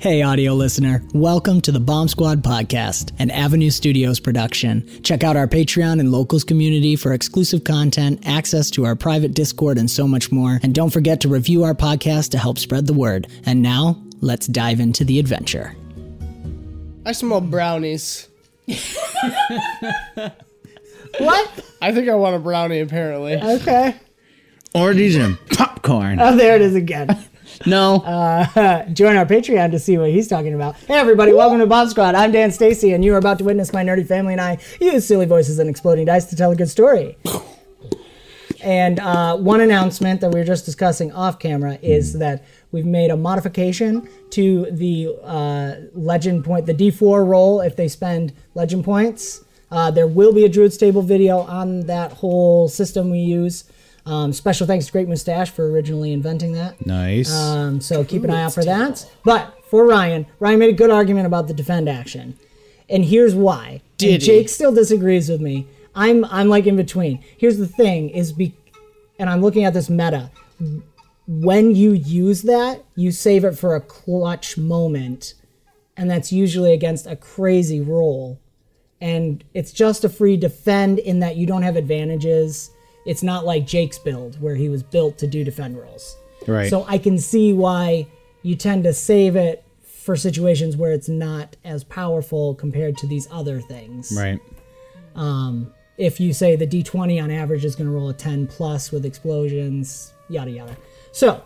Hey, audio listener, welcome to the Bomb Squad podcast, an Avenue Studios production. Check out our Patreon and locals community for exclusive content, access to our private Discord, and so much more. And don't forget to review our podcast to help spread the word. And now, let's dive into the adventure. I smell brownies. What? I think I want a brownie, apparently. Okay. Orgies and popcorn. Oh, there it is again. No. Uh, join our Patreon to see what he's talking about. Hey, everybody, welcome to Bob Squad. I'm Dan Stacy, and you are about to witness my nerdy family and I use silly voices and exploding dice to tell a good story. And uh, one announcement that we were just discussing off camera is that we've made a modification to the uh, legend point, the D4 roll. If they spend legend points, uh, there will be a Druid's Table video on that whole system we use. Um, special thanks to Great Mustache for originally inventing that. Nice. Um, so keep an eye out for that. But for Ryan, Ryan made a good argument about the defend action, and here's why. Did And he? Jake still disagrees with me. I'm I'm like in between. Here's the thing: is be, and I'm looking at this meta. When you use that, you save it for a clutch moment, and that's usually against a crazy roll. And it's just a free defend in that you don't have advantages. It's not like Jake's build where he was built to do defend rolls. right. So I can see why you tend to save it for situations where it's not as powerful compared to these other things. right. Um, if you say the d20 on average is going to roll a 10 plus with explosions, yada yada. So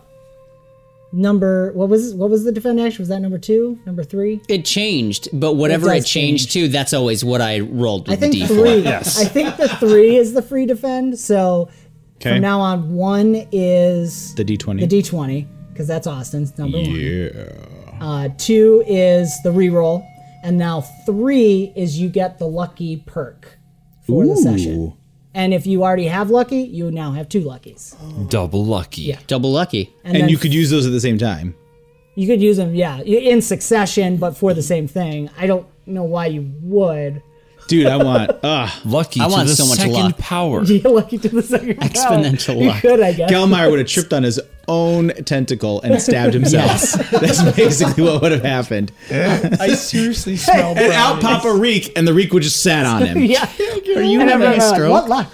number what was what was the defend action? Was that number two? Number three? It changed, but whatever It it, does changed to, that's always what I rolled I with think the D4. three. I think the three is the free defend. So Okay. from now on, one is The D20. the d20 because that's Austin's number one. yeah. Uh, two is the reroll, and now three is you get the lucky perk for the session. And if you already have lucky, you now have two luckies. Double lucky. Yeah. Double lucky. And, And, then you could use those at the same time. you could use them, yeah, i- in succession, but for the same thing. I don't know why you would. Dude, I want. Uh, Lucky I want so much luck. power. You're lucky to the second round. Exponential You luck. could, I guess. Galmire would have tripped on his own tentacle and stabbed himself. That's basically what would have happened. I seriously smell And brownies. out pop a reek, and the reek would just sat on him. yeah. Are you And having a everyone went, stroke? What luck?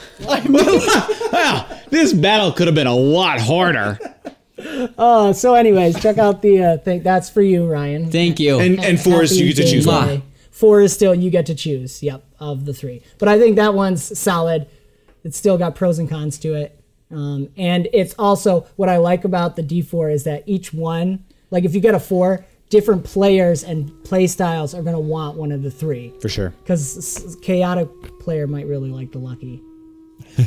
Wow, this battle could have been a lot harder. Uh, so, anyways, check out the uh, thing. That's for you, Ryan. Thank you. And and Forrest, you get to Happy choose day. one. Four is still you get to choose. Yep, of the three. But I think that one's solid. It's still got pros and cons to it, um, and it's also what I like about the D4 is that each one, like if you get a four, different players and play styles are gonna want one of the three. For sure. Because chaotic player might really like the lucky. Why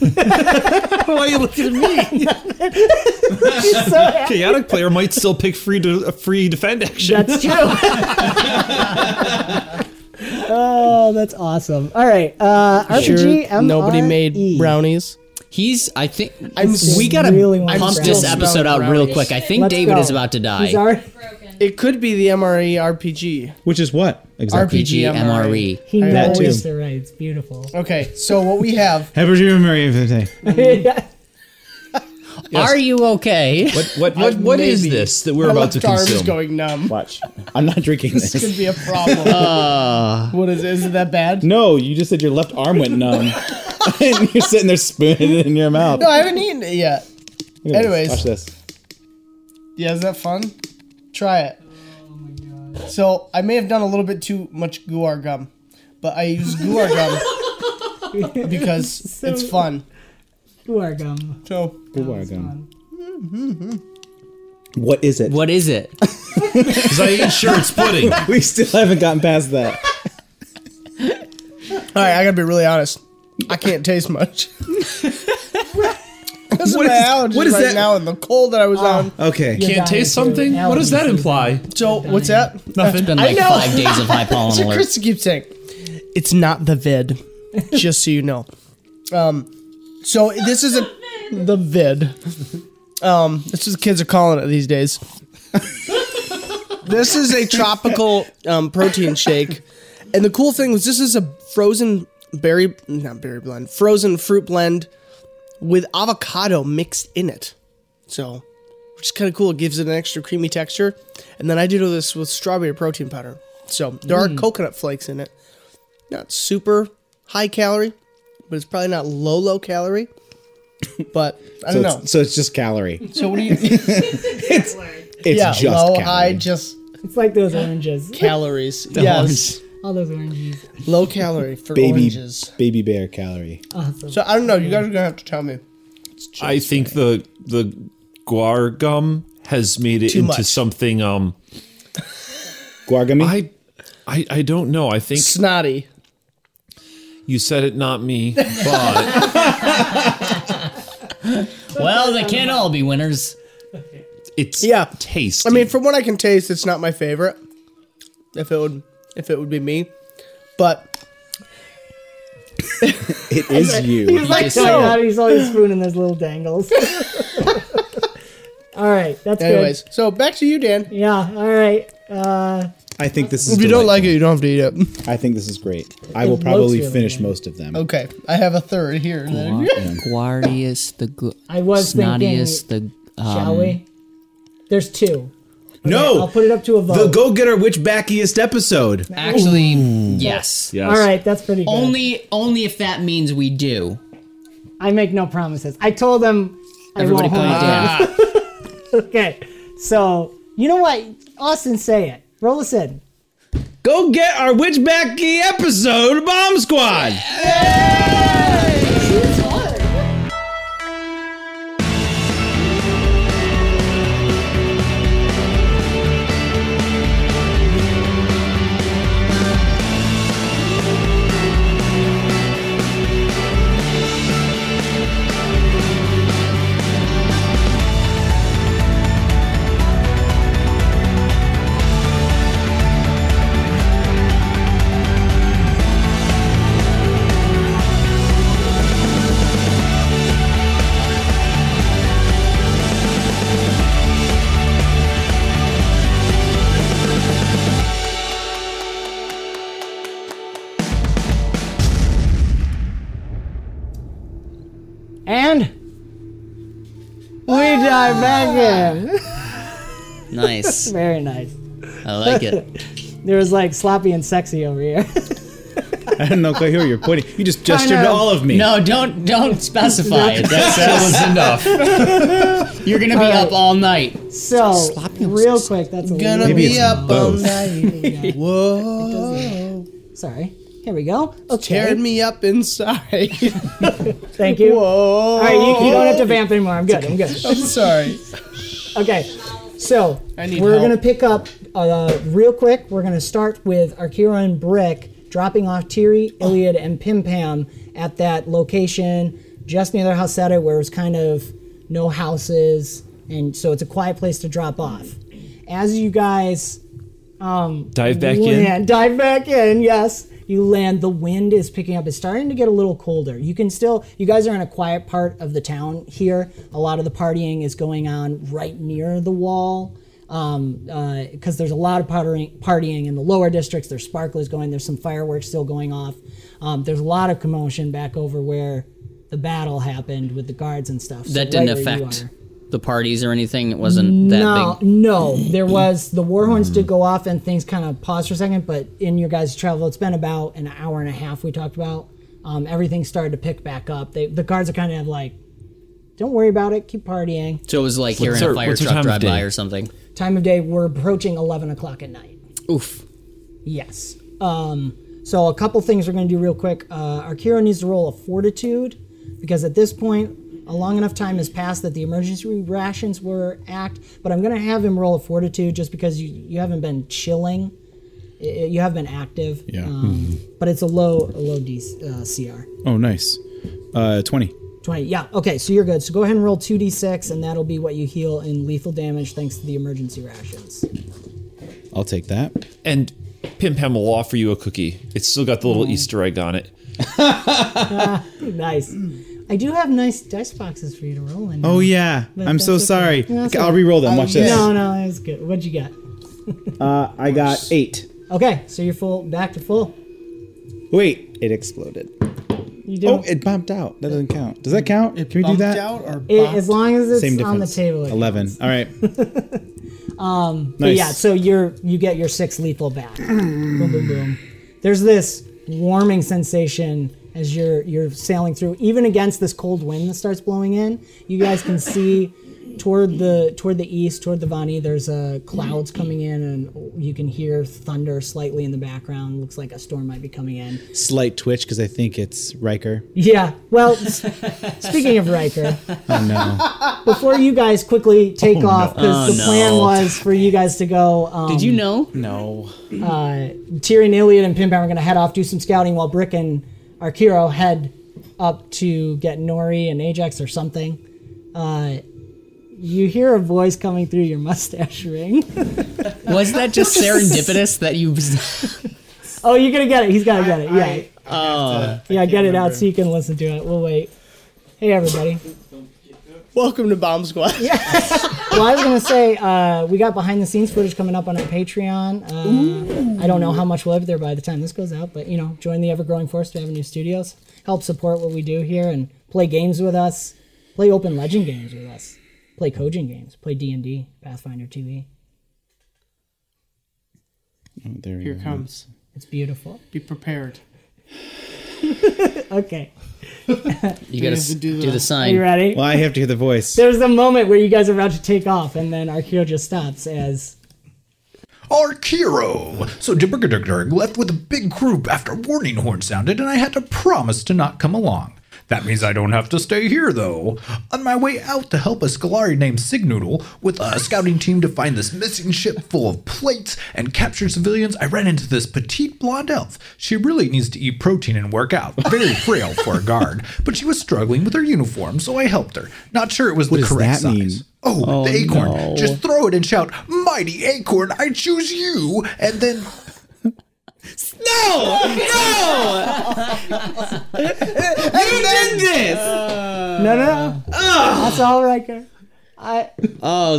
are you looking at me? Chaotic player might still pick free de- a free defend action. That's true. oh, that's awesome. All right, uh, RPG. Sure, nobody made brownies. He's, I think, I'm we still gotta really wanting pump brownies. this episode out real quick. I think Let's David go. is about to die. He's already, It could be the E MRE RPG. Which is what exactly? RPG E. MRE. He I- that knows too. they're right. It's beautiful. Okay, so what we have. Happy to remember Are you okay? What what what, what is Maybe. this that we're my about left to arm is consume? going numb. Watch. I'm not drinking This could be a problem. Uh, Uh. what is it? Is it that bad? No, you just said your left arm went numb. and you're sitting there spooning it in your mouth. No, I haven't eaten it yet. Look at this. anyways. Watch this. Yeah, is that fun? Try it. So I may have done a little bit too much guar gum, but I use guar gum because it's fun. You are gum. So Guar gum. What is it? What is it? Because I ain't sure it's pudding. We still haven't gotten past that. all right, I gotta be really honest. I can't taste much. Because of my allergies what is right that? now and the cold that I was Oh, on. Okay. Can't taste dying, dude. something? What does that Allergies. imply? So what's that? It's been like know. five days of high That's what pollen alert. Krista keeps saying. It's not the vid. just so you know. Um, so this is a the vid. Um, this is kids are calling it these days. this is a tropical um, protein shake, and the cool thing was this is a frozen berry, not berry blend, frozen fruit blend with avocado mixed in it. So, which is kind of cool. It gives it an extra creamy texture. And then I did all this with strawberry protein powder. So there are coconut flakes in it. Not super high calorie, but it's probably not low low calorie. But I So don't it's, know. so it's just calorie. So what do you? It's yeah, just low calorie. high, just It's like those oranges. calories. yes, All those oranges. low calorie for baby oranges. baby bear calorie. Awesome. So I don't know. You guys are gonna have to tell me. I think the the guar gum has made it Too into much. something um Guargami. I I, I don't know. I think Snotty. you said it, not me. But well, they can't all be winners. it's Yeah. taste. I mean, from what I can taste, it's not my favorite. If it would, if it would be me, but it is you. like Oh my God, he's always spooning those little dangles. all right, that's Anyways, so back to you, Dan. good. Yeah, all right. Uh, I think this is. If you don't like delightful. it, you don't have to eat it. I think this is great. I It will looks probably really finish good. most of them. Okay, I have a third here. Guardius the gl- I was snottiest the um, shall we? There's two. No, I'll put it up to a vote. the go getter witchbackiest episode. Actually, yes. yes. all right, that's pretty good. Only only if that means we do. I make no promises. I told him I Everybody won't hold calm my down. Okay, so you know what? Austin, say it. Roll us in. Go get our witchbacky episode of Bomb Squad. And we Ah. dive back in. Nice. Very nice. I like it. There was like sloppy and sexy over here. I don't know quite who you're pointing. You just gestured to know. all of me. No, don't don't specify it. That was enough. You're gonna be up all night. So Sloppy and real sexy. quick, that's a Gonna little- Maybe be it's up all both. night, Sorry. Here we go. Okay. tearing me up inside. Thank you. Whoa! All right, you, you don't have to vamp anymore. I'm good. I'm good. I'm sorry. Okay, so I need we're help. gonna pick up uh, real quick. We're gonna start with Arkira and Brick dropping off Tiri, Iliad, and Pim Pam at that location just near their Hausetta, where it's kind of no houses, and so it's a quiet place to drop off. As you guys um, Dive back in. land, dive back in. Yes, you land. The wind is picking up. It's starting to get a little colder. You can still. You guys are in a quiet part of the town here. A lot of the partying is going on right near the wall. because Um, uh, there's a lot of partying, partying in the lower districts. There's sparklers going. There's some fireworks still going off. Um, there's a lot of commotion back over where the battle happened with the guards and stuff. So That didn't right where you affect are- the parties or anything. It wasn't that no, big. no. There was the war horns did go off and things kind of paused for a second. But in your guys' travel, it's been about an hour and a half. We talked about um, everything started to pick back up. They, the guards are kind of like, "Don't worry about it. Keep partying." So it was like hearing her- a fire what's her truck time of drive by day? or something. Time of day, we're approaching eleven o'clock at night. Oof. Yes. Um, so a couple things we're going to do real quick. Uh, our hero needs to roll a fortitude because at this point, a long enough time has passed that the emergency rations were act. But I'm going to have him roll a fortitude just because you you haven't been chilling, I- I- you have been active. Yeah. Um, but it's a low a low D, uh, CR. Mm-hmm. Oh, nice. Uh, Mm. 20. 20. Yeah. Okay. So you're good. So go ahead and roll 2d6, and that'll be what you heal in lethal damage thanks to the emergency rations. I'll take that. And Pim Pam will offer you a cookie. It's still got the little Mm. Easter egg on it. Nice. I do have nice dice boxes for you to roll in. Oh, yeah. I'm so that's okay. sorry. No, that's I'll okay. re-roll them. Watch this. No, no, that was good. What'd you get? I got eight. Okay, so you're full, back to full. Wait, it exploded. You do. Oh, it bumped out. That doesn't count. Does that count? Can we do Bumped that? out or It- as bopped? long as it's Same difference. on the table. it Eleven. counts. All right. um. But Nice. yeah, so you're you get your six lethal back. boom, boom, boom. There's this warming sensation as you're you're sailing through, even against this cold wind that starts blowing in. You guys can see toward the toward the east, toward the Vani. There's uh, clouds coming in, and you can hear thunder slightly in the background. Looks like a storm might be coming in. Slight twitch because I think it's Riker. Yeah. Well, s- speaking of Riker, Oh no. before you guys quickly take off, because the plan was for you guys to go. Um, Oh, uh, Did you know? no. Tyrion, Iliad, and Pimpin are going to head off do some scouting while Brick and Arkiro head up to get Nori and Ajax or something. Uh, you hear a voice coming through your mustache ring. Was that just serendipitous that you? oh, you're gonna get it. He's gotta get it. Yeah, Oh, Uh, yeah. Get it out so you can listen to it. We'll wait. Hey, everybody. Welcome to Bomb Squad. Yeah. well, I was gonna say uh, we got behind the scenes footage coming up on our Patreon. Uh, I don't know how much we'll have there by the time this goes out, but you know, join the ever-growing force of Avenue Studios. Help support what we do here and play games with us. Play open legend games with us. Play Kojin games. Play D and D, Pathfinder TV. Oh, There we Here go. it comes. It's beautiful. Be prepared. Okay, You gotta s- have to do do, the- the you sign. ready? Well, I have to hear the voice. There's a moment where you guys are about to take off, and then Arkeo just stops as Arkiro! So Jabbergadurg left with a big group after warning horn sounded, and I had to promise to not come along. That means I don't have to stay here, though. On my way out to help a Scalari named Signoodle with a scouting team to find this missing ship full of plates and capture civilians, I ran into this petite blonde elf. She really needs to eat protein and work out. Very frail for a guard, but she was struggling with her uniform, so I helped her. Not sure it was the does correct that size. mean? Oh, the acorn. no. Just throw it and shout, Mighty Acorn, I choose you. And then no, no, no. That's Uh, all, Riker. I Oh,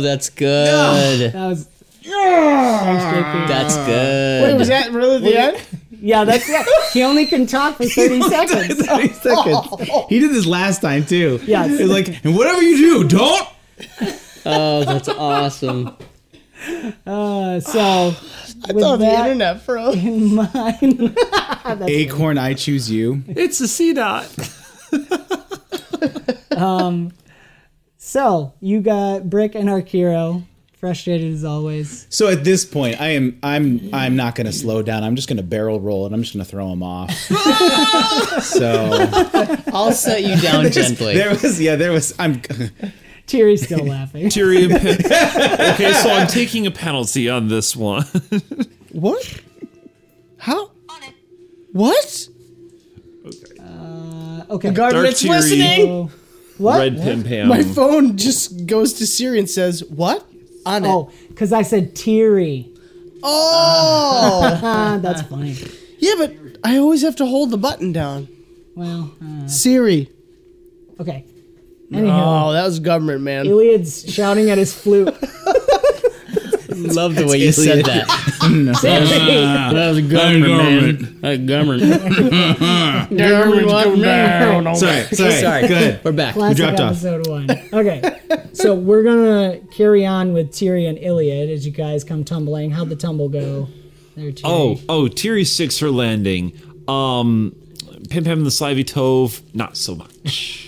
that's good. that was That's good. Was that really the end? yeah, that's it. he only can talk for thirty seconds. Thirty seconds. He did this last time too. Oh. Yes. It's like, and whatever you do, don't. Oh, that's awesome. Uh, so with Oh, the that internet, froze. in mind, Acorn, I choose you. It's a C dot. Um, so you got Brick and Arkiro, frustrated as always. So at this point, I am I'm I'm not going to slow down. I'm just going to barrel roll and I'm just going to throw him off. so Oh. I'll set you down gently. there was yeah, there was I'm Tyrion's still laughing. Tyrion. Pim- okay, so I'm taking a penalty on this one. What? How? What? Uh, Okay, Guard, it's Tyrion. listening. so- what? Red Pim Pam. My phone just goes to Siri and says, "What?" On Oh, it. because I said Teary. Oh. Ah, that's funny. yeah, but I always have to hold the button down. Well, uh, Siri. okay. Anyhow, Oh, that was government, man. Iliad's shouting at his flute. Love the way you said that. Ah. That's government. man. That's government. Government, what government. now? Mm. Sorry, sorry. Sorry. Go ahead. We're back. Classic we dropped off. episode one. Okay, so we're gonna carry on with Tyrion Iliad as you guys come tumbling. How'd the tumble go? There, Tyrion. Oh, oh, Tiri six for landing. Um, Pim Pam and the Slivy Tove, not so much.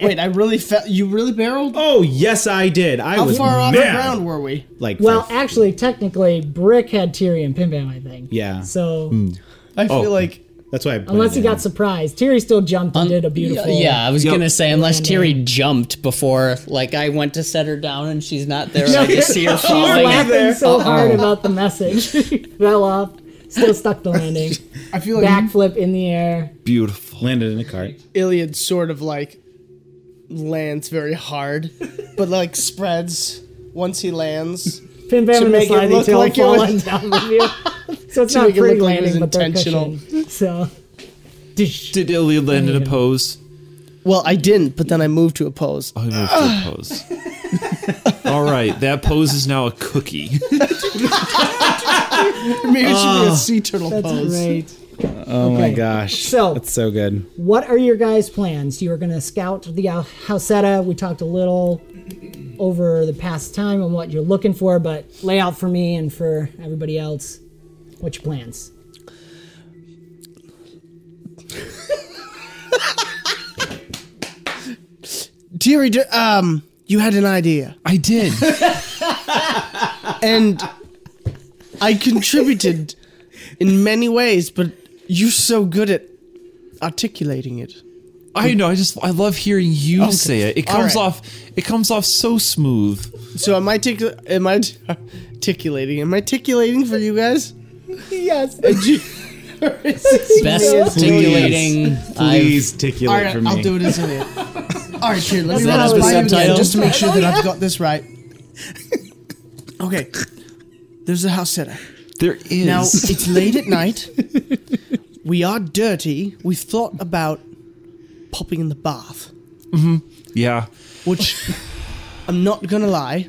Wait, I really felt you really barreled. Oh yes, I did. I How was far off the mad. ground were we? Like well, for- actually, technically, Brick had Tyrion Pim Pam, I think. yeah. So I feel like That's why. I put unless it he in. got surprised, Tyrion still jumped and did a beautiful. yeah, I was Yep. gonna say unless Terry jumped before, like I went to set her down and she's not there. and I just see her she's falling. laughing so hard about the message. She fell off, still stuck the landing. I feel like Backflip in the air. Beautiful. landed in a cart. Iliad sort of like lands very hard, but like spreads once he lands. Pin To Bam and the make it slidey look tail like it was- falling down the view. So it's To not make it look pretty like it was landing, but they're intentional. cushioned. So. Dish. Did Ilya land in a pose? Well, I didn't, but then I moved to a pose. Oh, he moved to a pose. All right, that pose is now a cookie. Maybe it should be a sea turtle pose. Great. Oh my Okay. gosh. So- that's so good. What are your guys' plans? You are going to scout the Al- Hausetta. We talked a little over the past time on what you're looking for, but lay out for me and for everybody else what your plans. Deary, d- um, you had an idea, I did. and I contributed in many ways, but you're so good at articulating it. I know. I just I love hearing you say it. It All comes right. off. It comes off so smooth. So am I tic- am I t- articulating? Am I articulating for you guys? Yes. Best articulating. I've- Please articulate All right, for me. I'll do it as it is. All right, here, let Is me that run as the this by you again subtitle? just to make Oh, sure that I've got this right. Okay. There's a house setter. There is. Now, it's late at night. We are dirty. We've thought about popping in the bath, yeah. which I'm not going to lie.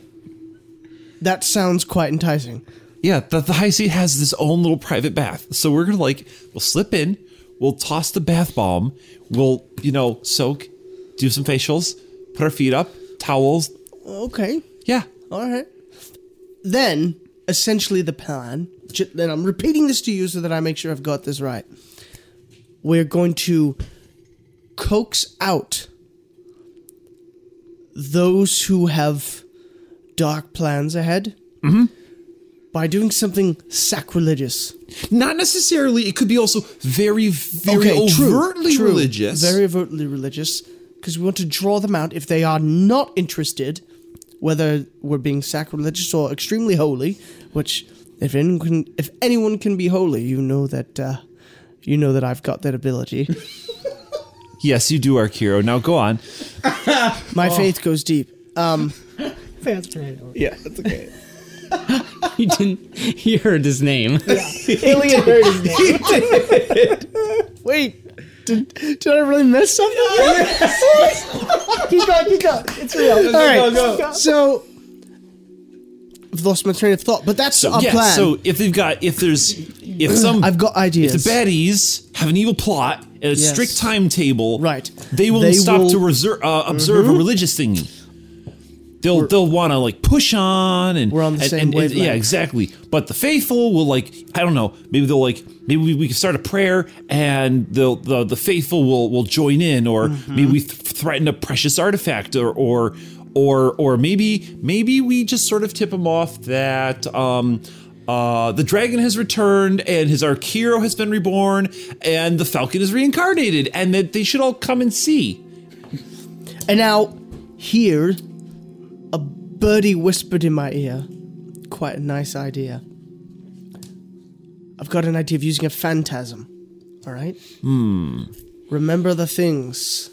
That sounds quite enticing. Yeah, the, the high seat has this own little private bath. So we're gonna like we'll slip in, we'll toss the bath bomb, we'll you know soak, do some facials, put our feet up, towels. Okay. Yeah, All right. Then, essentially, the plan, j- and I'm repeating this to you so that I make sure I've got this right. We're going to coax out those who have dark plans ahead Mm-hmm. by doing something sacrilegious. not necessarily. It could be also very very overtly religious. Very overtly religious, because we want to draw them out if they are not interested, whether we're being sacrilegious or extremely holy. Which, if anyone can, if anyone can be holy, you know that, uh, you know that I've got that ability. yes, you do, Arkiro. Now go on. My Oh. Oh. faith goes deep. Um, Fast right over. yeah, that's okay. you didn't. You heard his name. Iliad heard his name. Wait, did, did I really miss something? Keep going, keep going. It's real. All right, so I've lost my train of thought, but that's our yeah. plan. So if they've got if there's if some I've got if ideas. the baddies have an evil plot and a Yes. strict timetable, Right. They will They stop will- Mm-hmm. to reser- uh, observe a religious thing. They'll they'll want to like push on and We're on the and- same and- and- yeah wavelength. exactly. But the faithful will like I don't know maybe they'll like maybe we, we can start a prayer and they'll the the faithful will will join in or Mm-hmm. maybe we th- threaten a precious artifact or or. Or, or maybe maybe we just sort of tip them off that um, uh, the dragon has returned and his arc hero has been reborn and the falcon is reincarnated and that they should all come and see. And now, here, a birdie whispered in my ear. Quite a nice idea. I've got an idea of using a phantasm. All right? Hmm. Remember the things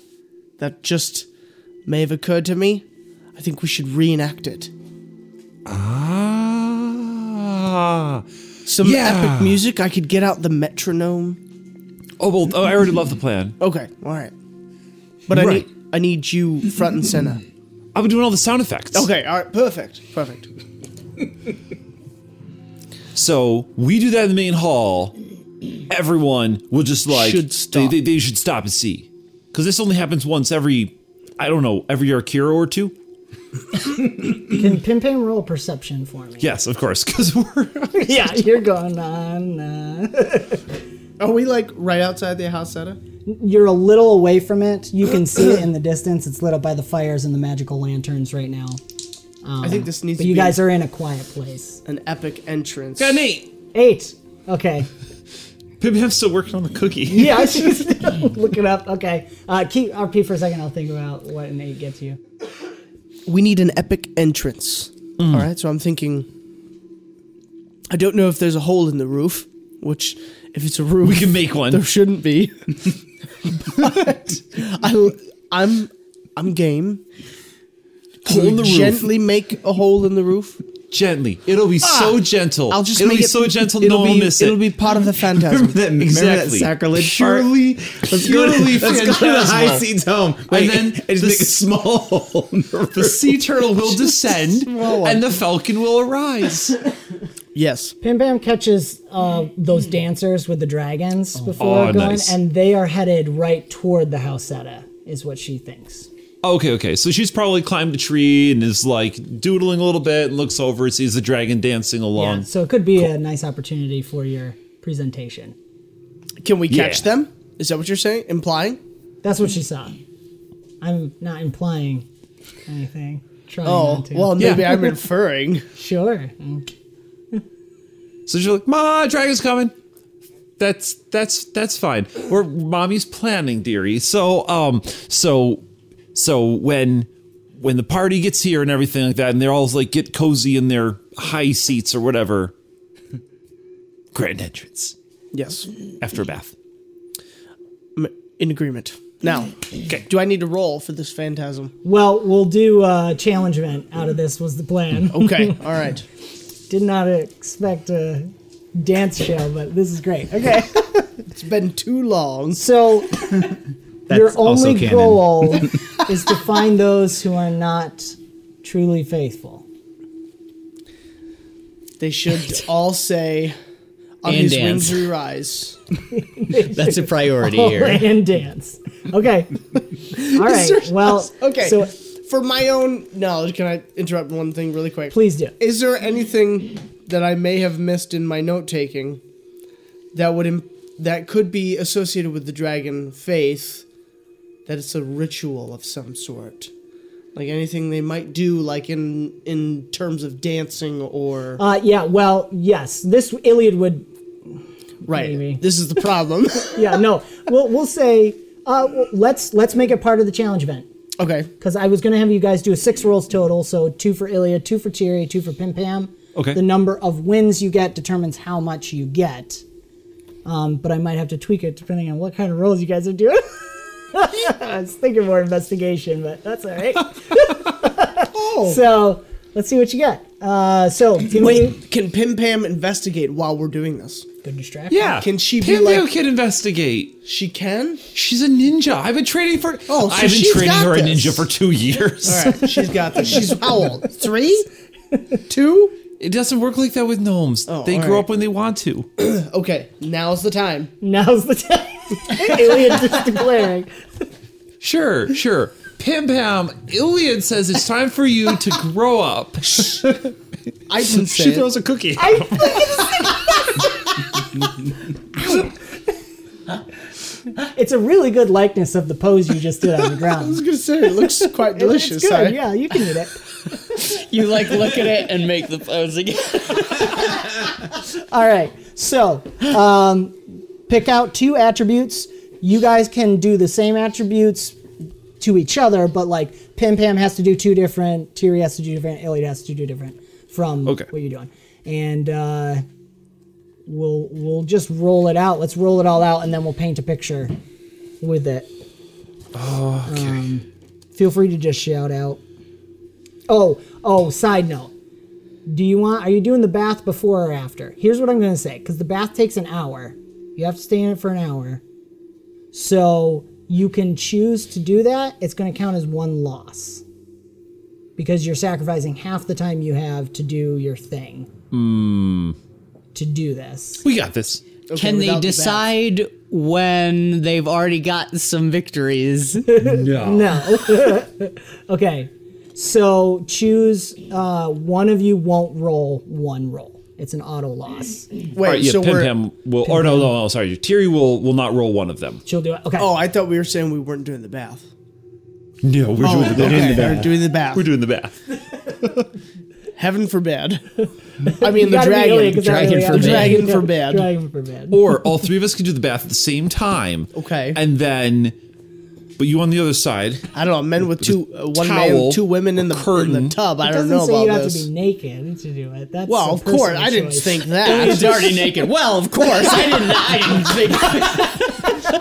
that just may have occurred to me? I think we should reenact it. Ah. Some Yeah. epic music. I could get out the metronome. Oh well, oh, I already love the plan. Okay, all right. But I Right. need I need you front and center. I've been doing all the sound effects. Okay, all right, perfect, perfect. So we do that in the main hall. Everyone will just like Should stop. They, they, they should stop and see, because this only happens once every, I don't know, every Arkira or two. Can Pimpin roll perception for me? Yes, of course, because we're yeah, you're going on. Uh... Are we like right outside the house Seta? You're a little away from it. You can see it in the distance. It's lit up by the fires and the magical lanterns right now. Um, I think this needs But to you be- guys are in a quiet place. An epic entrance. Got an eight. Eight. Okay. Maybe I'm still working on the cookie. Yeah, she's look it up. Okay. Uh, keep RP for a second. I'll think about what an eight gets you. we need an epic entrance. Mm. All right, so I'm thinking. I don't know if there's a hole in the roof, which, if it's a roof, we can make one. There shouldn't be. but I, I'm, I'm game. Can Hole in we the roof. Gently make a hole in the roof. Gently, it'll be so gentle. I'll just it'll make be it so gentle. It'll no be, one will miss it. It'll be part of the phantasm. Remember that, remember that sacrilege Purely, Let's go to, purely let's go to the high phantasmal. seats home. and then I just the, make a small hole. in The the sea turtle will descend, Small one. and the falcon will arise. Yes. Pim Pam catches uh, those dancers with the dragons before Oh, going, nice. and they are headed right toward the Housetta, is what she thinks. Okay, okay. So she's probably climbed a tree and is like doodling a little bit and looks over and sees the dragon dancing along. So it could be a nice opportunity for your presentation. Can we catch Yeah. them? Is that what you're saying? Implying? That's what she saw. I'm not implying anything. Trying Oh, not to. well, maybe I'm inferring. Sure. So she's like, "Ma, dragon's coming." That's that's that's fine. We're mommy's planning, dearie. So um, so so when when the party gets here and everything like that, and they're all like get cozy in their high seats or whatever. Grand entrance Yes. after a bath. I'm in agreement. Now, okay. do I need to roll for this phantasm? Well, we'll do uh, challengement out of this was the plan. Okay, all right. Did not expect a dance show, but this is great. Okay. It's been too long. So your That's also only canon. goal is to find those who are not truly faithful. They should all say, "On And his dance. wings we rise." That's a priority Oh, here. And dance. Okay. All right. Well, okay. So for my own knowledge, can I interrupt one thing really quick? Please do. Is there anything that I may have missed in my note taking that would imp- that could be associated with the dragon faith? That it's a ritual of some sort, like anything they might do, like in in terms of dancing or Uh, yeah, well, yes. This Iliad would. Right. This is the problem. yeah, no. We'll, we'll say, uh, w- let's let's make it part of the challenge event. Okay. Because I was going to have you guys do six rolls total. So two for Iliad, two for Tiri, two for Pim Pam. Okay. The number of wins you get determines how much you get. Um, but I might have to tweak it depending on what kind of rolls you guys are doing. I was thinking more investigation, but that's all right. So let's see what you get. Uh, so can Oh. Wait, we- can Pim Pam investigate while we're doing this? Good distraction. Yeah. Can she Pam be like? can investigate? She can. She's a ninja. I've been training for. Oh, so I've been she's training got her a this. ninja for two years. All right, she's got this. She's how Uh, old? Three, two. Oh, It doesn't work like that with gnomes. they all grow right. up when they want to. okay, now's the time. Now's the time. Iliad just declaring. Sure, sure. Pam Pam, Iliad says it's time for you to grow up. I didn't say She it. throws a cookie. It's a really good likeness of the pose you just did on the ground. I was gonna say it looks quite It's good. Yeah, you can eat it. You like look at it and make the pose again. All right. So, um, pick out two attributes. You guys can do the same attributes to each other, but like Pim Pam has to do two different, Tiri has to do different, Iliad has to do different from Okay. what you're doing. And uh, we'll we'll just roll it out. Let's roll it all out, and then we'll paint a picture with it. Um, okay. feel free to just shout out. Oh, oh, side note. Do you want are you doing the bath before or after? Here's what I'm going to say cuz the bath takes an hour. You have to stay in it for an hour. So, you can choose to do that. It's going to count as one loss. because you're sacrificing half the time you have to do your thing Hmm. to do this. We got this. Okay, Can without they the decide when they've already got some victories? Oh. No. No. okay. So choose uh, one of you won't roll one roll. It's an auto loss. Wait, All right, yeah, Pim Pam will, or no, no, no, sorry, Tiri will will not roll one of them. She'll do it. Okay. Oh, I thought we were saying we weren't doing the bath. No, we're Oh, doing, the okay, doing the we're bath. doing the bath. We're doing the bath. Heaven forbid. I mean, You the gotta be dragon. really- 'cause that dragon really- forbid. Dragon forbid. Dragon forbid. or all three of us can do the bath at the same time. Okay. And then, but you on the other side. I don't know. Men with two, uh, one man, two women in the- in the tub. I it don't doesn't know say you about have this. to be naked to do it. That's Well, a of course, personal I didn't choice. think that. He's already naked. Well, of course, I didn't. I didn't think.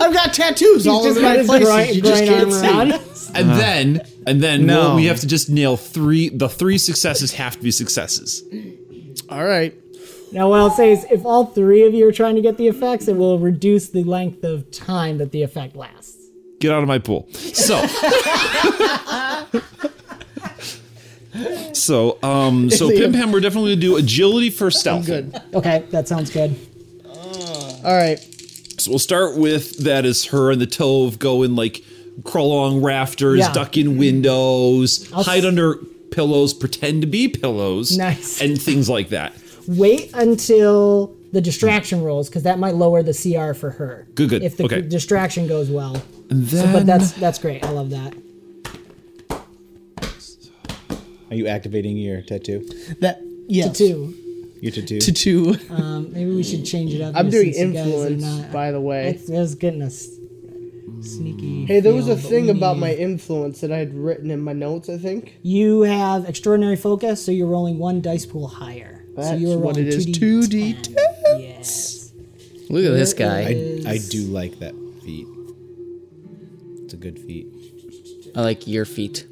I've got tattoos He's all just over got my his places. groin- you just groin can't arm see. And then, and then No. we'll- we have to just nail three. The three successes have to be successes. All right. Now, what I'll say is, if all three of you are trying to get the effects, it will reduce the length of time that the effect lasts. Get out of my pool. So. So, um, so Pim Pam, we're definitely gonna do agility for stealth. Good. Okay, that sounds good. All right. So we'll start with that is her and the Tove going like crawl along rafters, Yeah. duck in windows, I'll hide s- under pillows, pretend to be pillows, Nice. and things like that. Wait until the distraction rolls, because that might lower the CR for her. Good, good. If the Okay. distraction goes well. And So, but then- that's that's great. I love that. Are you activating your tattoo? That yes. Tattoo. Your tattoo. Tattoo. Um, maybe we should change it up. I'm here doing since you guys are influence, not- by the way. It's, it's getting us sneaky. Hey, there was feel, a but thing we about need- my influence that I had written in my notes. I think. You have extraordinary focus, so you're rolling one dice pool higher. so That's you are what rolling it is. 2D. Two D. Yes. Look at this guy. I, I do like that feat. It's a good feat. I like your feet.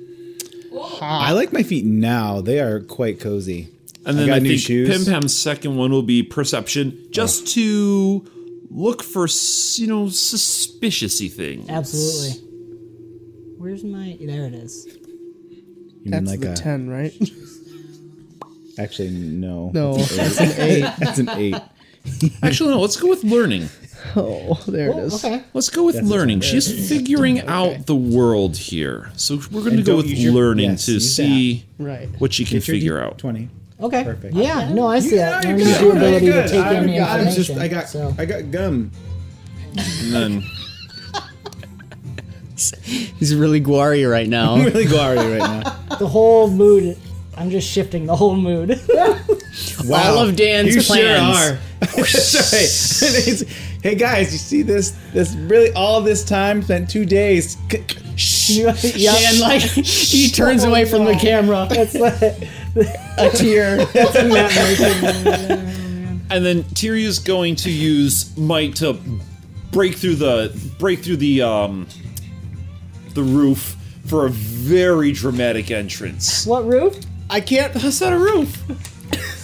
I like my feet now. They are quite cozy. And I then got I, new think shoes. Pim Pam's second one will be perception, just to look for s- you know suspiciousy things. Absolutely. Where's my? There it is. You mean That's like the a ten, right? Actually, no. No, That's an eight. That's an eight. Actually, no. Let's go with learning. Oh, there it is. Okay. Let's go with learning. She's figuring out the world here, so we're going to And go don't with use your- learning yes, to use that. see Right. what she can Get your D- figure out. Twenty. Okay. Perfect. Yeah. No, I see that. you're Learn is good. your ability You're to good. take I'm- in the I'm information. just- I got- so. I got gum. And then He's really guari right now. I'm really guari right now. the whole mood. I'm just shifting the whole mood. All of Dan's you plans. Sure are. That's right. It's- hey guys, you see this? This really all this time spent two days. C- c- Shh. Yep. Dan like he turns away from the camera. That's like, A tear. and then Tiri is going to use might to break through the break through the um the roof for a very dramatic entrance. what roof? I can't. The house had a roof.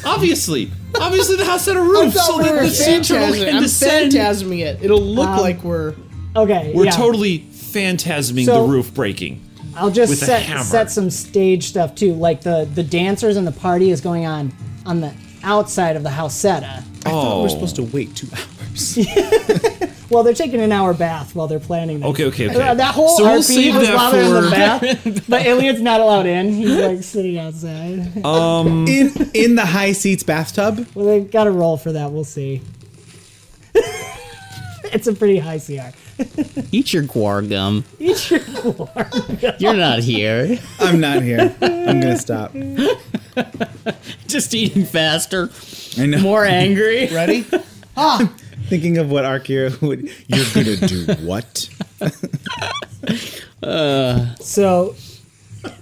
Obviously, obviously the house had a roof, so that the central phantasm- can I'm descend. phantasming it. It'll look Um, like we're. Okay. We're yeah. totally phantasming So- the roof breaking. I'll just with a set hammer. set some stage stuff too, like the the dancers and the party is going on on the outside of the housetta. I thought we Oh. were supposed to wait two hours. Well, they're taking an hour bath while they're planning. This. Okay, okay, okay. Uh, That whole So we'll RP save was that while they're in the for- bath, but Iliad's not allowed in. He's like sitting outside. Um. in in the high seats bathtub. Well, they've got a roll for that. We'll see. it's a pretty high CR. Eat your guar gum. Eat your You're not here. I'm not here. I'm gonna stop. Just eating faster. I know. More angry. Ready? Ah. Thinking of what Arkira would. You're gonna do what? Uh. So,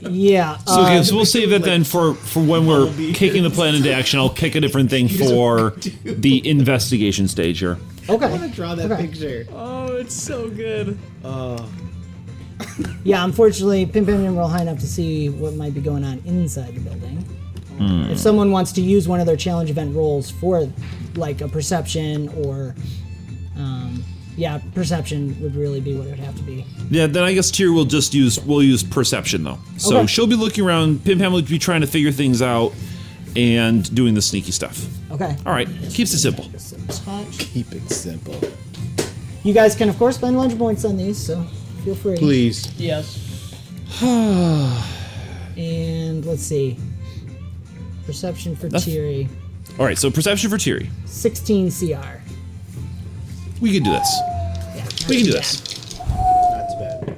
yeah. So, uh, okay, so we'll save that then for, for when we're kicking the plan into action. I'll pick a different thing for the investigation stage here. okay. Draw that picture. Oh, it's so good. Yeah, unfortunately, Pim Pim didn't roll high enough to see what might be going on inside the building. If Hmm. someone wants to use one of their challenge event rolls for, like, a perception or um, yeah, perception would really be what it would have to be. Yeah, then I guess Tyr will just use will use perception though. So Okay. she'll be looking around. Pim Pam will be trying to figure things out and doing the sneaky stuff. Okay. All right, keeps it simple. Keep it simple. You guys can of course spend lunch points on these, so feel free. Please. Yes. and let's see. Perception for That's- Thierry. All right, so perception for Tiri. 16 CR. We can do this. we can do this. That's bad.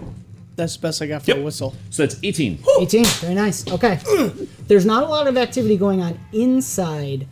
That's the best I got for a whistle. So that's 18. 18. Very nice. Okay. There's not a lot of activity going on inside.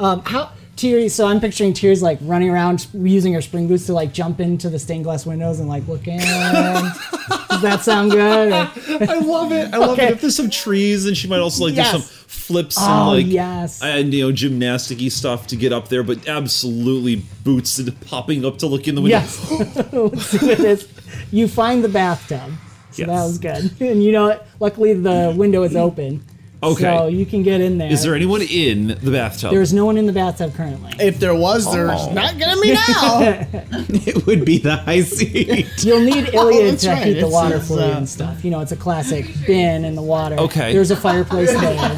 Um, how Teary? So I'm picturing Tears like running around using her spring boots to like jump into the stained glass windows and like look in. Does that sound good? I love it. I love it. If there's some trees, and she might also like Yes. do some flips Oh, and like yes. And you know, gymnasticy stuff to get up there, but absolutely boots and popping up to look in the window. Yes. Let's see what it is. You find the bathtub. So that was good. And you know, what? luckily the window is open. Okay. So you can get in there. Is there anyone in the bathtub? There's no one in the bathtub currently. If there was, there's Oh. not gonna be now. it would be the high seat. You'll need Iliad Oh, that's to right. heat the It's- water it's, for you uh, and stuff. You know, it's a classic bin in the water. Okay. There's a fireplace there.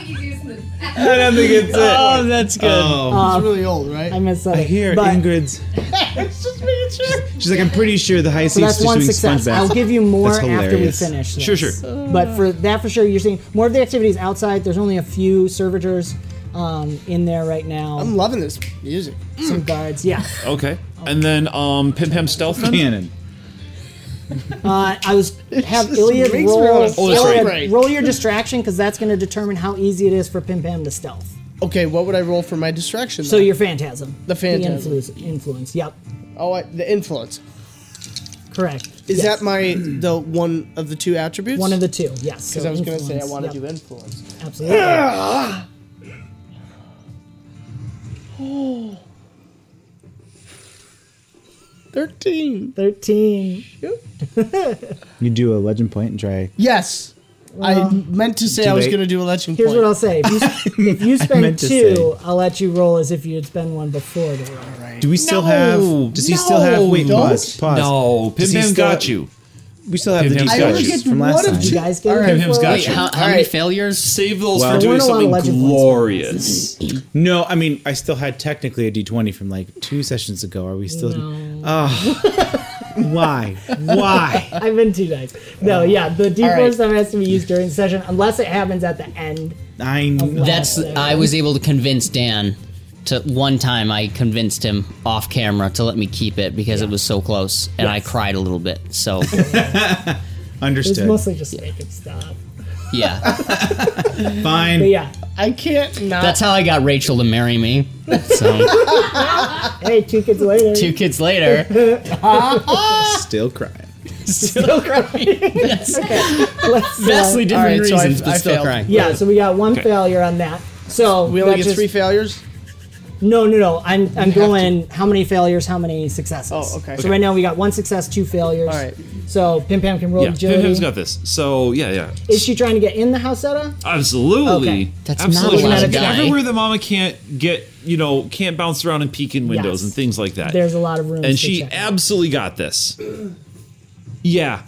I don't think it's it. Oh, that's good. Oh. Uh, It's really old, right? I missed that. I hear But- Ingrid's. it's just making sure. She's like, I'm pretty sure the high So seat's that's just one doing success. SpongeBob. I'll give you more That's after we hilarious. finish. This. Sure, sure. But for that for sure, you're seeing more of the activities outside. There's only a few servitors um, in there right now. I'm loving this music. Mm. Some guards, yeah. Okay. And then um Pim Pam stealth then? Cannon. Uh, I was have This Iliad makes me roll, wanna Oh, that's right. Iliad, roll your distraction because that's going to determine how easy it is for Pim Pam to stealth. Okay, what would I roll for my distraction? So then? your phantasm, The phantasm. the influence, influence. Yep, Oh, I, the influence. correct. Is Yes. that my the one of the two attributes? One of the two? Yes. Because So I was going to say I influence, want to yep. do influence. Absolutely. Ah! Oh. Thirteen. Thirteen. You do a legend point and try. Yes. I Well, meant to say too I was late. going to do a legend Here's point. what I'll say. If you, if you I spend meant to say. two, I'll let you roll as if you had spent one before the roll. Do we still have? Does he still have? Wait, no. pause. Pause. No, Does Pim he Pam still- got you. We still have Pim the Pam's D got charges you. from last time. You guys get All right, it Pim's before- got you. Wait, how, how All many right. failures? Save those Wow. for There doing weren't a lot of something legend points. glorious. No, I mean, I still had technically a D20 from like two sessions ago. Are we still? Ah. why? Why? I've been two nights. Oh. No, yeah, the D4 right. stuff has to be used during the session unless it happens at the end. I know. That's. I was able to convince Dan. To one time, I convinced him off camera to let me keep it because it was so close, and I cried a little bit. So, It's Understood. mostly just make it stop. yeah, Fine. But yeah, I can't not. that's how I got Rachel to marry me. So, hey, two kids later. two kids later, Still crying. still crying. Yes. Let's, uh, Vastly different All right, so I- reasons, but I still failed. crying. yeah, so we got one Okay. failure on that. So we only that get just- three failures. No, no, no. I'm I'm going how many failures, how many successes. Oh, okay. So right now we got one success, two failures. All right. So Pim Pam can roll yeah, Pim agility. Pam's got this. So yeah, yeah. Is she trying to get in the house, Etta? Absolutely. Okay. That's not Absolutely. allowed to Get die. Everywhere the mama can't get, you know, can't bounce around and peek in windows Yes. and things like that. There's a lot of room. and she absolutely got this. Yeah.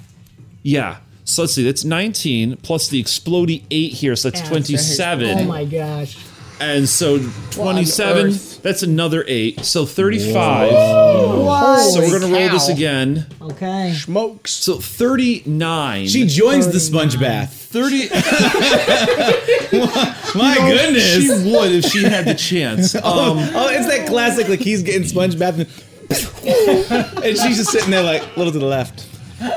Yeah. So let's see, that's 19 plus the explodey 8 here, so that's 27. Oh my gosh. And so 27, earth. that's another 8. So 35. What? So we're going to roll this cow. again. Okay. Smokes. So 39. She joins the sponge bath. 30 My goodness. She would if she had the chance. Um, oh, it's that classic. Like he's getting sponge bath, and, and she's just sitting there, like a little to the left.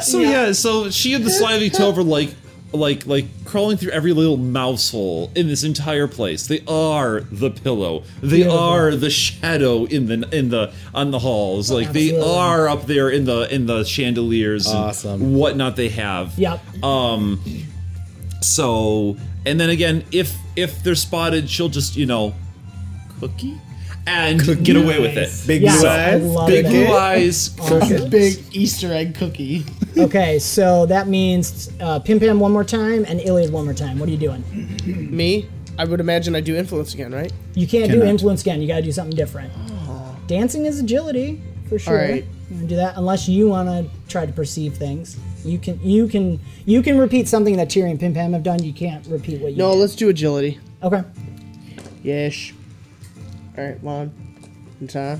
So yeah. so she had the slimy over like like like crawling through every little mouse hole in this entire place. They are the pillow. They are the shadow in the in the on the halls. Like they Absolutely. are up there in the in the chandeliers Awesome. and whatnot they have. Um, Yep. So and then again, if if they're spotted, she'll just, you know, cookie and get away with it. Big Yes, blue I eyes. love Big it. blue eyes. Big Easter egg cookie. Okay, so that means uh, Pim Pam one more time and Iliad one more time. What are you doing? Me? I would imagine I do influence again, right? You can't do Cannot. influence again. You got to do something different. Dancing is agility. For for sure. right. You wanna do that unless you want to try to perceive things. You can you can you can repeat something that Tyrion and Pim Pam have done. You can't repeat what you. No, let's do agility. Okay. Yes. All right, one, one time.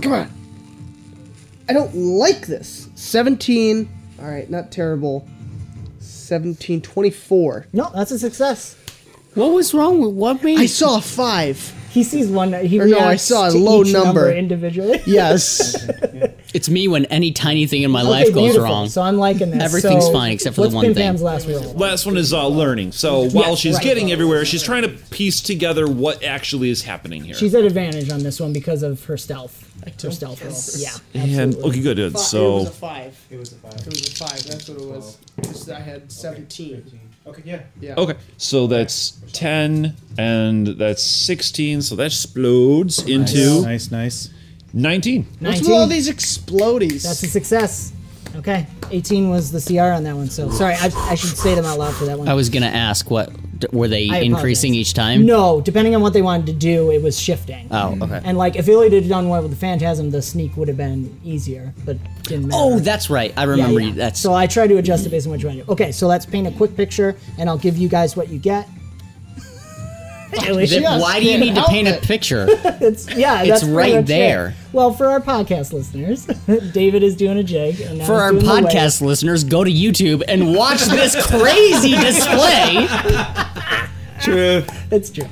Come on. I don't like this. 17. All right, not terrible. 17, 24. No, that's a success. What was wrong with what made? I saw a five. He sees one. He or no, I reacts saw a to low each number. individually. Yes. It's me when any tiny thing in my Okay, life goes beautiful. wrong. So I'm liking this. Everything's So fine except for the what's one Pim thing. Pam's last roll? Last one is uh, learning. So while Yes, she's right. getting everywhere, she's trying to piece together what actually is happening here. She's at advantage on this one because of her stealth. Her stealth roll. Yeah. and okay, good. good. So five. It was a five. It was a five. That's what it was. 'Cause I had 17. Okay, yeah. Yeah. okay, so that's ten, and that's sixteen. So that explodes into Nice, nice. nineteen. What's with all 19. these explodies? That's a success. Okay. 18 was the CR on that one. So sorry, I, I should say them out loud for that one. I was gonna ask what d- were they I increasing each time? No, depending on what they wanted to do, it was shifting. Oh, okay. And like if Illiad had done one with the Phantasm, the sneak would have been easier, but didn't matter. oh, that's right. I remember yeah. you. That's So I try to adjust it based on what you want to do. Okay, so let's paint a quick picture, and I'll give you guys what you get. At least Then yes, why do you can't need to help paint a it. picture? it's yeah, It's that's pretty right much it. there. Well, for our podcast listeners, David is doing a jig. And now For he's our doing the wave. podcast listeners, go to YouTube and watch this crazy display. True. It's true.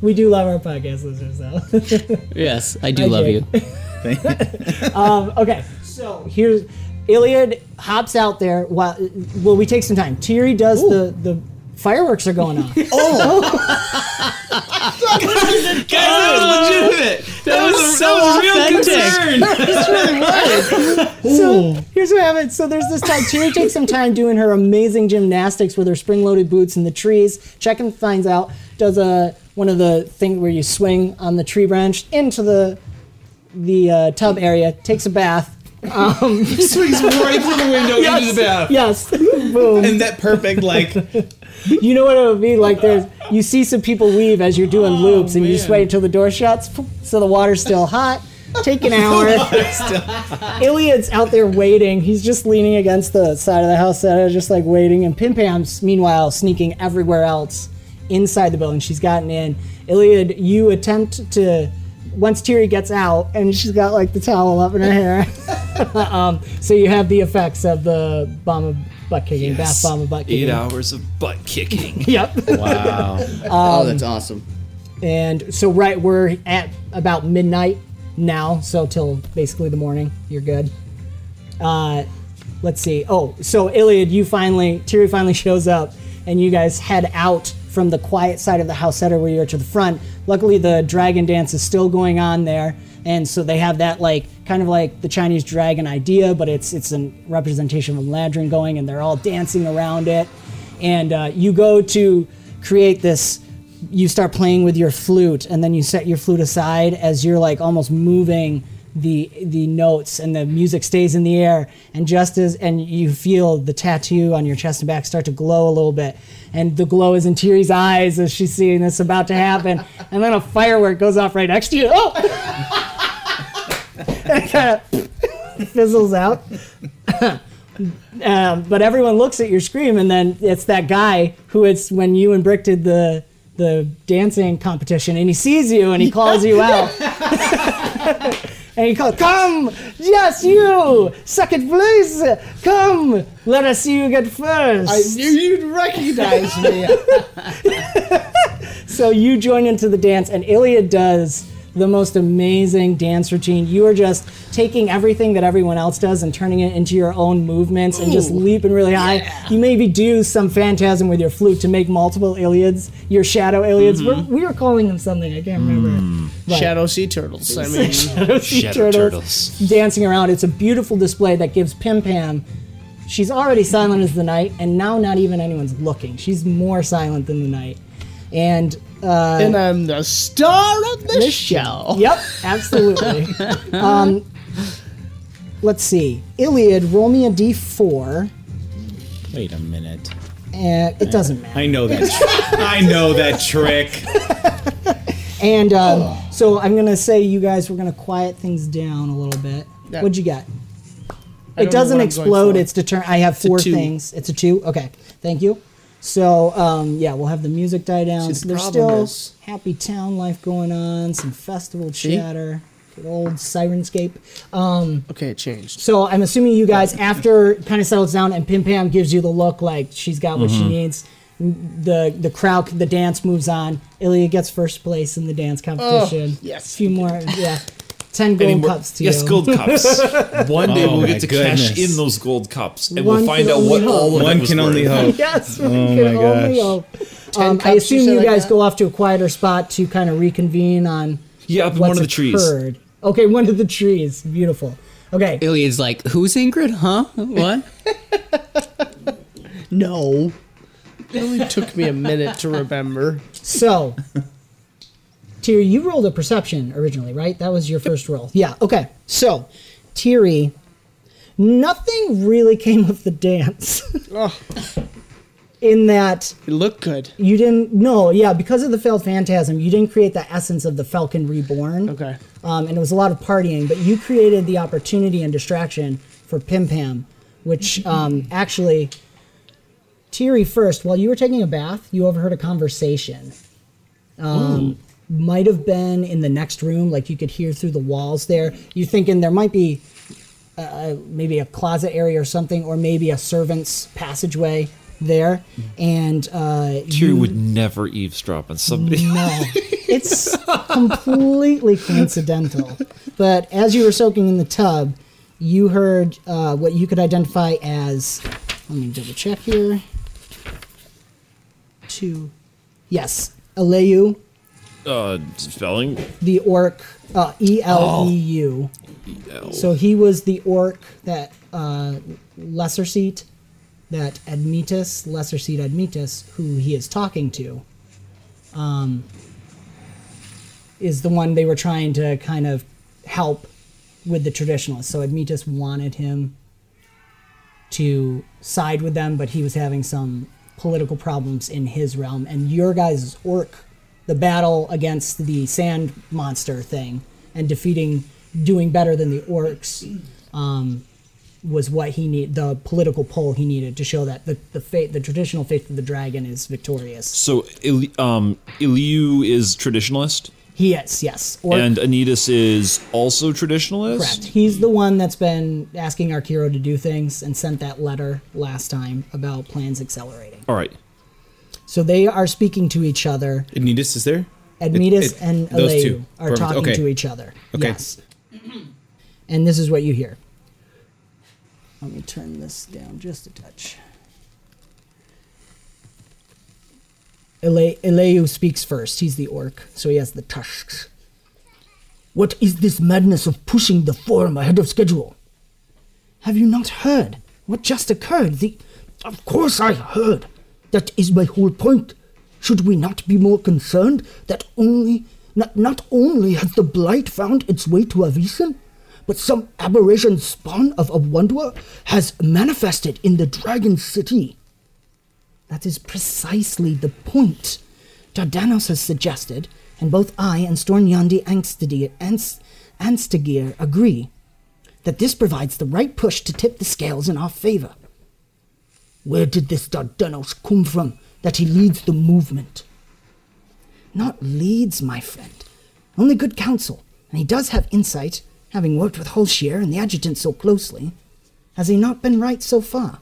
we do love our podcast listeners, though. Yes, I do Hi, love Jake. you. um, okay, so here's Iliad hops out there. While well, we take some time. Tiri does the the fireworks are going off. oh, Guys, that was legitimate. That, was, a, Oh. that so was authentic. a real concern. so here's what happens. So there's this time. Tiri takes some time doing her amazing gymnastics with her spring-loaded boots in the trees. Chekham finds out does a one of the thing where you swing on the tree branch into the the uh, tub area. Takes a bath. Um, swings right through the window yes, into the bath. Yes, boom. And that perfect, like, you know what it would be like? There's you see some people weave as you're Oh, doing loops, and you just wait until the door shuts, so the water's still hot. Take an hour. Iliad's out there waiting. He's just leaning against the side of the house, uh, just like waiting. And Pim Pam's meanwhile sneaking everywhere else inside the building. She's gotten in. Iliad, you attempt to once Tiri gets out, and she's got like the towel up in her hair. um, so you have the effects of the bomb of butt kicking, bath bomb of butt kicking. Eight hours of butt kicking. Yep. Wow. Oh, that's awesome. And so, right, we're at about midnight now, so till basically the morning, you're good. Uh, let's see. Oh, so Iliad, you finally, Tiri finally shows up, and you guys head out from the quiet side of the house center where you're to the front. Luckily, the dragon dance is still going on there, and so they have that like kind of like the Chinese dragon idea, but it's it's a representation of a ladron going, and they're all dancing around it. And uh, you go to create this you start playing with your flute and then you set your flute aside as you're like almost moving the the notes and the music stays in the air and just as and you feel the tattoo on your chest and back start to glow a little bit and the glow is in Tiri's eyes as she's seeing this about to happen and then a firework goes off right next to you oh and kind of fizzles out um, but everyone looks at your scream, and then it's that guy who it's when you and Brick did the the dancing competition, and he sees you and he calls you out, and he calls, "Come, yes, you, second place, come, let us see you get first. I knew you'd recognize me. so you join into the dance, and Iliad does the most amazing dance routine. You are just taking everything that everyone else does and turning it into your own movements and just Ooh, leaping really high. You maybe do some phantasm with your flute to make multiple Iliads, your shadow Iliads. Mm-hmm. Mhm. We're, we were calling them something, I can't remember. Hmm. But- Shadow sea turtles. I mean, Shadow sea Shadow turtles. dancing around. It's a beautiful display that gives Pim Pam. She's already silent as the night, and now not even anyone's looking. She's more silent than the night. And uh, and I'm the star of the, show. Yep, absolutely. um, let's see. Iliad, roll me a d4. Wait a minute. And Eh, it doesn't matter. I know that. tr- I know that trick. And um, So I'm gonna say you guys were gonna quiet things down a little bit. Yeah. What'd you get? I It don't know doesn't what I'm going explode. for. It's deter. I have It's a four two. things. It's a two. Okay, thank you. So um, yeah, we'll have the music die down. See, So the there's problem still is- happy town life going on. Some festival See? chatter. Good old sirenscape. Um, Okay, it changed. so I'm assuming you guys, after kind of settles down and Pim Pam gives you the look like she's got what she Mhm. needs, m- the the crowd, the dance moves on. Ilya gets first place in the dance Oh, competition. yes, a few more. Yeah, ten Any gold more- cups to yes, you. gold cups. One day Oh we'll my get to cash goodness. in those gold cups, and One we'll find can out what only all hope. of One them is can only worth. hope. yes, we Oh can my only gosh. hope. Um, I cups, you assume said you like guys that? go off to a quieter spot to kind of reconvene on. Yeah, up in what's one of the trees. occurred. Okay, one of the trees. Beautiful. Okay. Iliad's like, who's Ingrid? Huh? What? No. It only took me a minute to remember. So, Tyr, you rolled a perception originally, right? That was your first roll. Yeah. Okay. So, Tiri, nothing really came of the dance. In that it looked good. You didn't. No. Yeah. Because of the failed phantasm, you didn't create the essence of the Falcon Reborn. Okay. Um, and it was a lot of partying, but you created the opportunity and distraction for Pim Pam, which um, actually. Tiri, first, while you were taking a bath, you overheard a conversation. Um, might have been in the next room, like you could hear through the walls there. You're thinking there might be uh, maybe a closet area or something, or maybe a servant's passageway there. And uh, Tyr you- would never eavesdrop on somebody. no, it's completely coincidental. But as you were soaking in the tub, you heard uh, what you could identify as. Let me double check here. Two. Yes, Aleu, Uh, spelling. the orc, uh, E L E U. So he was the orc that uh, lesser seat, that Admetus, lesser seat Admetus, who he is talking to, um, is the one they were trying to kind of help with the traditionalists. So Admetus wanted him to side with them, but he was having some political problems in his realm. And your guys' orc, the battle against the sand monster thing and defeating, doing better than the orcs, um, was what he need the political pull he needed to show that the the faith, the traditional faith of the dragon is victorious. So, Ili- um, Iliu is traditionalist, He is yes, orc and Anitas is also traditionalist. Correct. He's the one that's been asking Arkiro to do things and sent that letter last time about plans accelerating. All right. So they are speaking to each other. Admetus is there? Admetus and those Aleu two. are Perfect. talking Okay. to each other. Okay. Yes. And this is what you hear. Let me turn this down just a touch. Ele- Eleu speaks first. He's the orc, so he has the tusks. What is this madness of pushing the forum ahead of schedule? Have you not heard what just occurred? The Of course I heard. That is my whole point. Should we not be more concerned that only not, not only has the blight found its way to Avison, but some aberration spawn of a wanderer has manifested in the Dragon City? That is precisely the point. Dardanos has suggested, and both I and Stornyandi Angstidir- Ans- Anstigir agree, that this provides the right push to tip the scales in our favor. Where did this Dardanos come from that he leads the movement? Not leads, my friend. Only good counsel, and he does have insight, having worked with Holshire and the adjutant so closely. Has he not been right so far?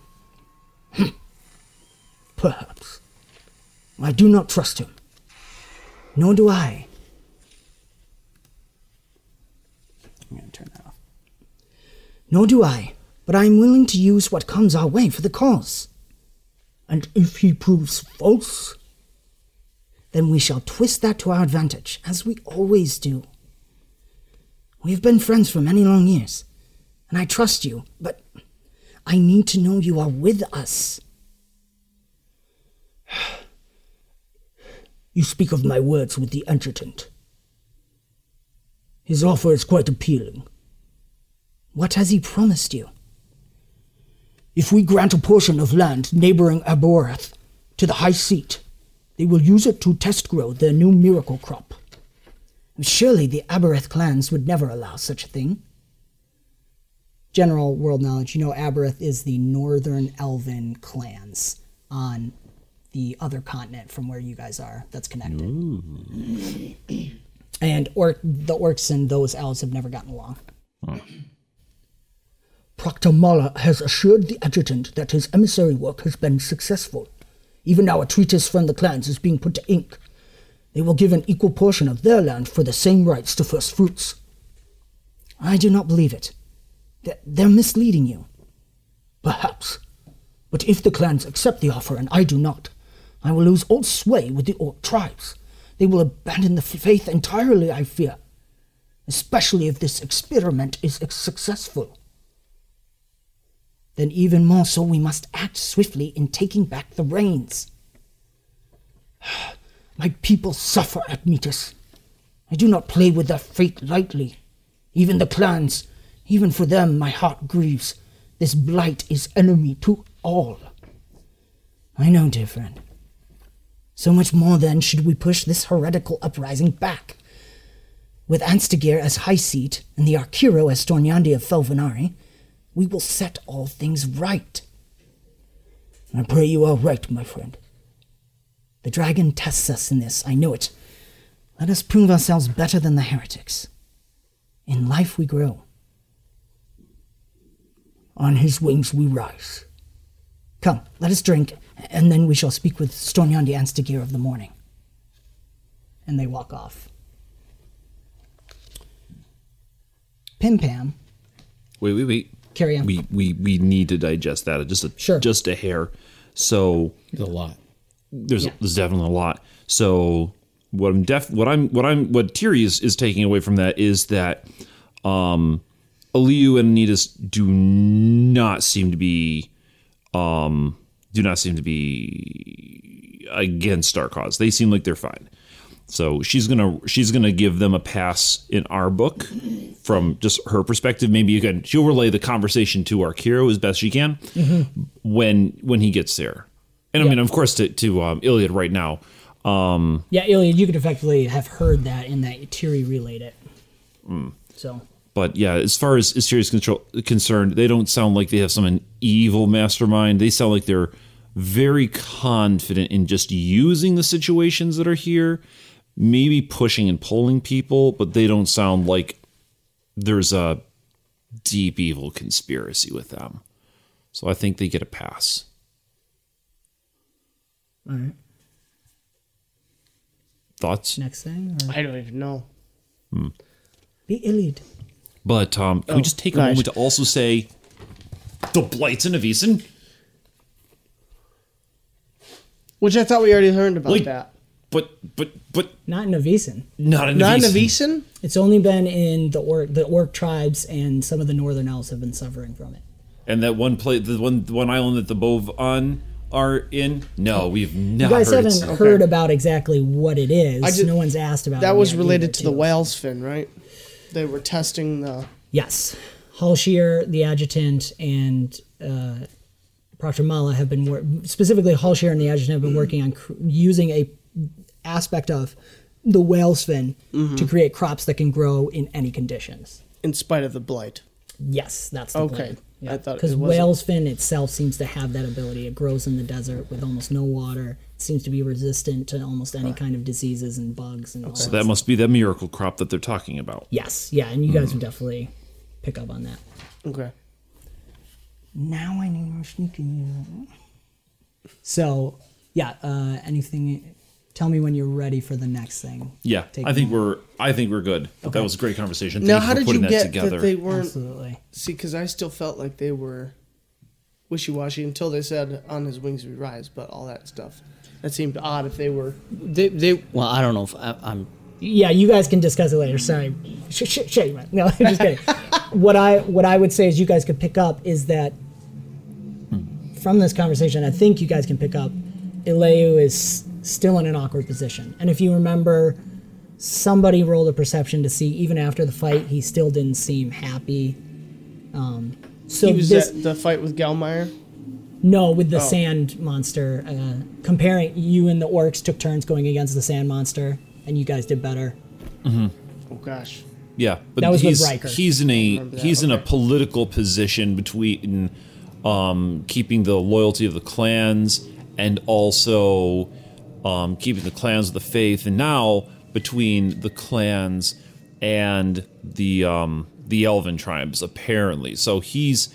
Hm. Perhaps. I do not trust him. Nor do I. I'm going to turn that off. Nor do I, but I am willing to use what comes our way for the cause. And if he proves false, then we shall twist that to our advantage, as we always do. We have been friends for many long years, and I trust you, but I need to know you are with us. You speak of my words with the adjutant. His offer is quite appealing. What has he promised you? If we grant a portion of land neighboring Aborath to the High Seat, they will use it to test grow their new miracle crop. Surely the Abereth clans would never allow such a thing. General world knowledge, you know Abereth is the northern elven clans on the other continent from where you guys are that's connected. And orc, the orcs and those elves have never gotten along. Hmm. Proctor Mahler has assured the adjutant that his emissary work has been successful. Even now, a treatise from the clans is being put to ink. They will give an equal portion of their land for the same rights to first fruits. I do not believe it. They're, they're misleading you. Perhaps. But if the clans accept the offer and I do not, I will lose all sway with the orc tribes. They will abandon the f- faith entirely, I fear. Especially if this experiment is ex- successful Then even more so, we must act swiftly in taking back the reins. My people suffer at Metis. I do not play with their fate lightly. Even the clans, even for them, my heart grieves. This blight is enemy to all. I know, dear friend. So much more then should we push this heretical uprising back. With Anstagir as high seat and the Arkiro as Stornyandi of Felvenari, we will set all things right. I pray you are right, my friend. The dragon tests us in this, I know it. Let us prove ourselves better than the heretics. In life we grow. On his wings we rise. Come, let us drink, and then we shall speak with Stornyandi Anstagir of the morning. And they walk off. Pim Pam, Wait, wait, wait. Carry on. We we we need to digest that just a just a hair. So there's a lot. There's Yeah. there's definitely a lot. So what I'm def what I'm what I'm what Tiri is, is taking away from that is that um Aliu and Anitas do not seem to be um do not seem to be against our cause. They seem like they're fine. So she's gonna she's gonna give them a pass in our book from just her perspective. Maybe again she'll relay the conversation to our Kiro as best she can when when he gets there. And I mean, of course, to to um, Iliad right now. Um, Yeah, Iliad, you could effectively have heard that in that Tiri relayed it. mm. So but yeah, as far as is serious control concerned, they don't sound like they have some evil mastermind. They sound like they're very confident in just using the situations that are here, maybe pushing and pulling people, but they don't sound like there's a deep evil conspiracy with them. So I think they get a pass. All right. Thoughts? Next thing? I don't even know. Hmm. Be Iliad. But um, can we Oh, just take nice. a moment to also say the blights in Avison? Which I thought we already learned about Like- that. But but but Not in Avisen. not in Avison. It's only been in the orc, the orc tribes, and some of the northern elves have been suffering from it. And that one play, the one the one island that the Bovan are in. No, we've you not. guys heard haven't it. heard about exactly what it is. I ju- no one's asked about. That it was yet either, related to the too. whale's fin, right? They were testing the. Yes, Halshir, the adjutant, and uh, Proctor Mala have been wor- specifically Halshir and the adjutant have been working on cr- using a aspect of the whale's fin to Mhm. create crops that can grow in any conditions. In spite of the blight. Yes, that's the Okay, plan. I thought it because wasn't- whale's fin itself seems to have that ability. It grows in the desert with almost no water. It seems to be resistant to almost any kind of diseases and bugs and all So that. that must be that miracle crop that they're talking about. Yes, yeah, and you Mm. guys would definitely pick up on that. Okay. Now I need more sneaking. So, yeah, uh, anything? Tell me when you're ready for the next thing. Yeah, Take I think we're I think we're good. That was a great conversation. Thank now, you how for did putting you that get together. that they weren't? Absolutely. See, because I still felt like they were wishy-washy until they said "On His wings we rise," but all that stuff. That seemed odd if they were. They, they. Well, I don't know if I, I'm. yeah, you guys can discuss it later. Sorry, shit, shit, shit. you might- No, I'm just kidding. what I what I would say is you guys could pick up is that from this conversation, I think you guys can pick up. Ileu is still in an awkward position, and if you remember, somebody rolled a perception to see even after the fight, he still didn't seem happy. Um, so he was this, at the fight with Galmeyer. no, with the Oh. sand monster. Uh, comparing you and the orcs took turns going against the sand monster, and you guys did better. Mhm. Oh gosh. Yeah, but That was with he's Riker. he's in I a remember that, he's in a political position between um, keeping the loyalty of the clans and also um, keeping the clans of the faith, and now between the clans and the um, the Elven tribes, apparently. So he's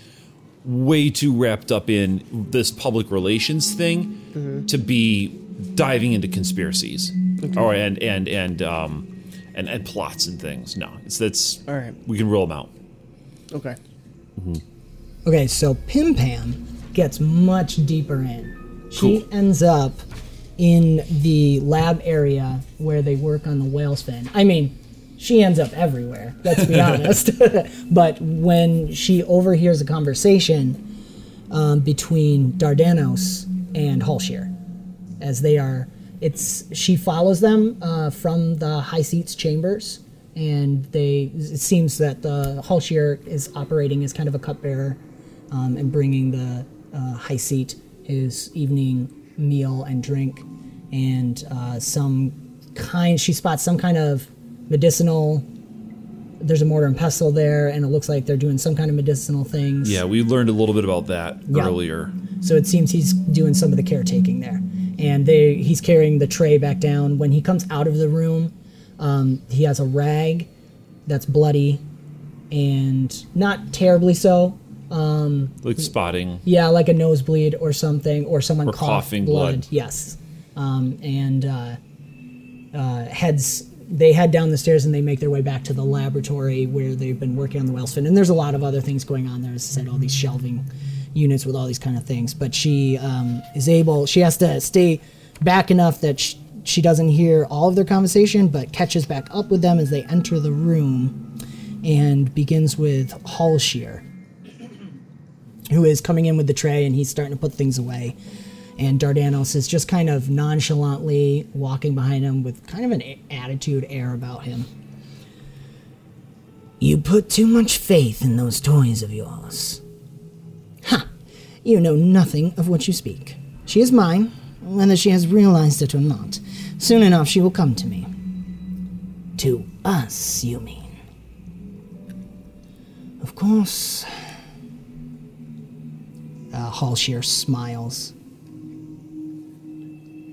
way too wrapped up in this public relations thing to be diving into conspiracies Mm-hmm. Okay. or and and and um and, and plots and things. No, it's that's All right. We can rule them out. Okay. Okay, so Pim Pam gets much deeper in. She ends up in the lab area where they work on the whale's fin. I mean, she ends up everywhere, let's be honest. but when she overhears a conversation um, between Dardanos and Halshir, as they are, it's she follows them uh, from the high seats chambers, and they it seems that the Halshir is operating as kind of a cupbearer um, and bringing the uh, high seat his evening meal and drink, and uh, some kind. She spots some kind of medicinal. There's a mortar and pestle there, and it looks like they're doing some kind of medicinal things. Yeah, we learned a little bit about that Yeah. earlier. So it seems he's doing some of the caretaking there, and they he's carrying the tray back down. When he comes out of the room, um, he has a rag that's bloody, and not terribly so. Um, Like spotting. yeah, like a nosebleed or something, or someone Or coughed coughing blood. Yes, um, and uh, uh, heads. They head down the stairs and they make their way back to the laboratory where they've been working on the whale's fin. And there's a lot of other things going on there. As I said, all these shelving units with all these kind of things. But she um, is able. She has to stay back enough that sh- she doesn't hear all of their conversation, but catches back up with them as they enter the room, and begins with Halshir who is coming in with the tray and he's starting to put things away. And Dardanos is just kind of nonchalantly walking behind him with kind of an a- attitude air about him. You put too much faith in those toys of yours. Ha! You know nothing of what you speak. She is mine, whether she has realized it or not. Soon enough, she will come to me. To us, you mean? Of course. Uh, Halshir smiles.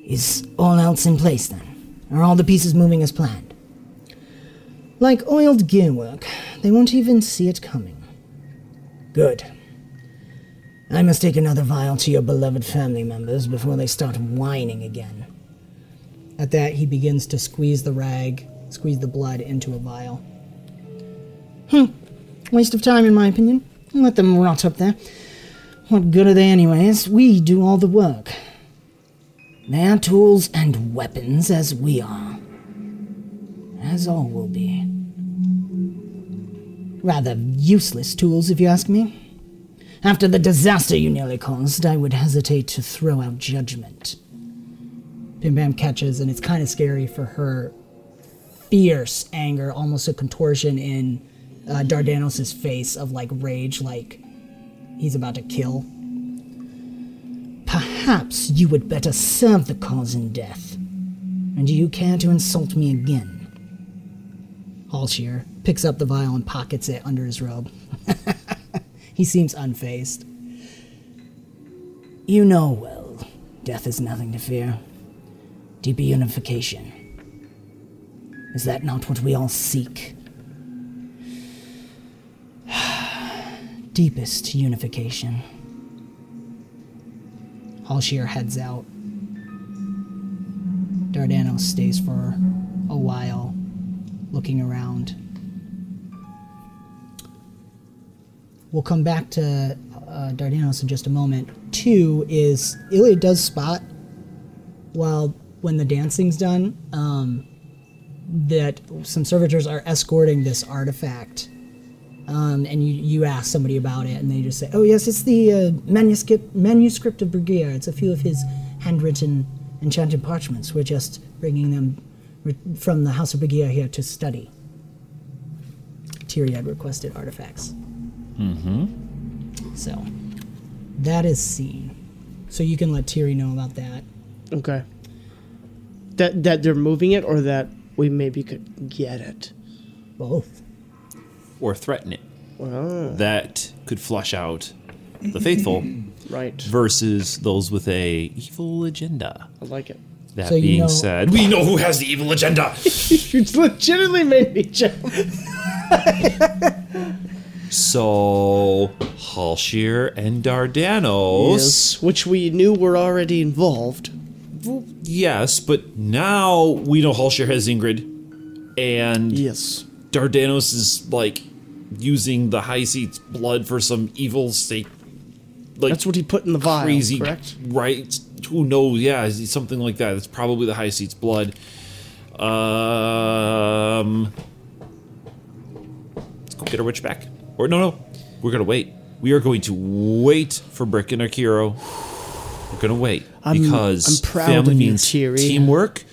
Is all else in place then? Are all the pieces moving as planned? Like oiled gearwork, they won't even see it coming. Good. I must take another vial to your beloved family members before they start whining again. At that, he begins to squeeze the rag, squeeze the blood into a vial. Hmm. Waste of time, in my opinion. Let them rot up there. What good are they, anyways? We do all the work. They are tools and weapons as we are. As all will be. Rather useless tools, if you ask me. After the disaster you nearly caused, I would hesitate to throw out judgment. Pim Pam catches, and it's kind of scary for her fierce anger, almost a contortion in uh, Dardanos' face of like rage, like he's about to kill. Perhaps you would better serve the cause in death. And do you care to insult me again? Halshir picks up the vial and pockets it under his robe. he seems unfazed. You know well, death is nothing to fear. Deeper unification. Is that not what we all seek? Deepest unification. Halshir heads out. Dardanos stays for a while, looking around. We'll come back to uh, Dardanos in just a moment. Two is Ilya does spot while when the dancing's done um, that some servitors are escorting this artifact. Um, and you, you ask somebody about it, and they just say, "Oh yes, it's the uh, manuscript manuscript of Brigier. It's a few of his handwritten enchanted parchments. We're just bringing them re- from the House of Brigier here to study." Tyriad requested artifacts. Mm-hmm. So that is seen. So you can let Tyri know about that. Okay. That that they're moving it, or that we maybe could get it. Both. or threaten it. Ah. That could flush out the faithful, right? Versus those with a evil agenda. I like it. That So you being know- said, we know who has the evil agenda. you legitimately made me jump. So Halshir and Dardanos. Yes, which we knew were already involved. Yes. but now we know Halshir has Ingrid, and yes, Dardanos is like using the high seat's blood for some evil sake. Like That's what he put in the vial, Crazy, correct? right? Who knows? Yeah, it's something like that. It's probably the high seat's blood. Um, let's go get our witch back. Or no, no, we're gonna wait. We are going to wait for Brick and Akiro. We're gonna wait I'm- because I'm proud family of you, means Thierry. teamwork.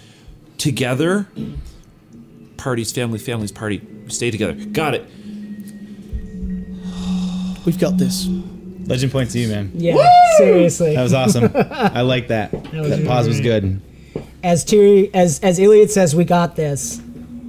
Together, parties, family, families, party. We stay together. Got it. We've got this. Legend points to you, man. Yeah, seriously. That was awesome. I like that. That, was pause was really- good. As Tiri, as as Iliad says, we got this.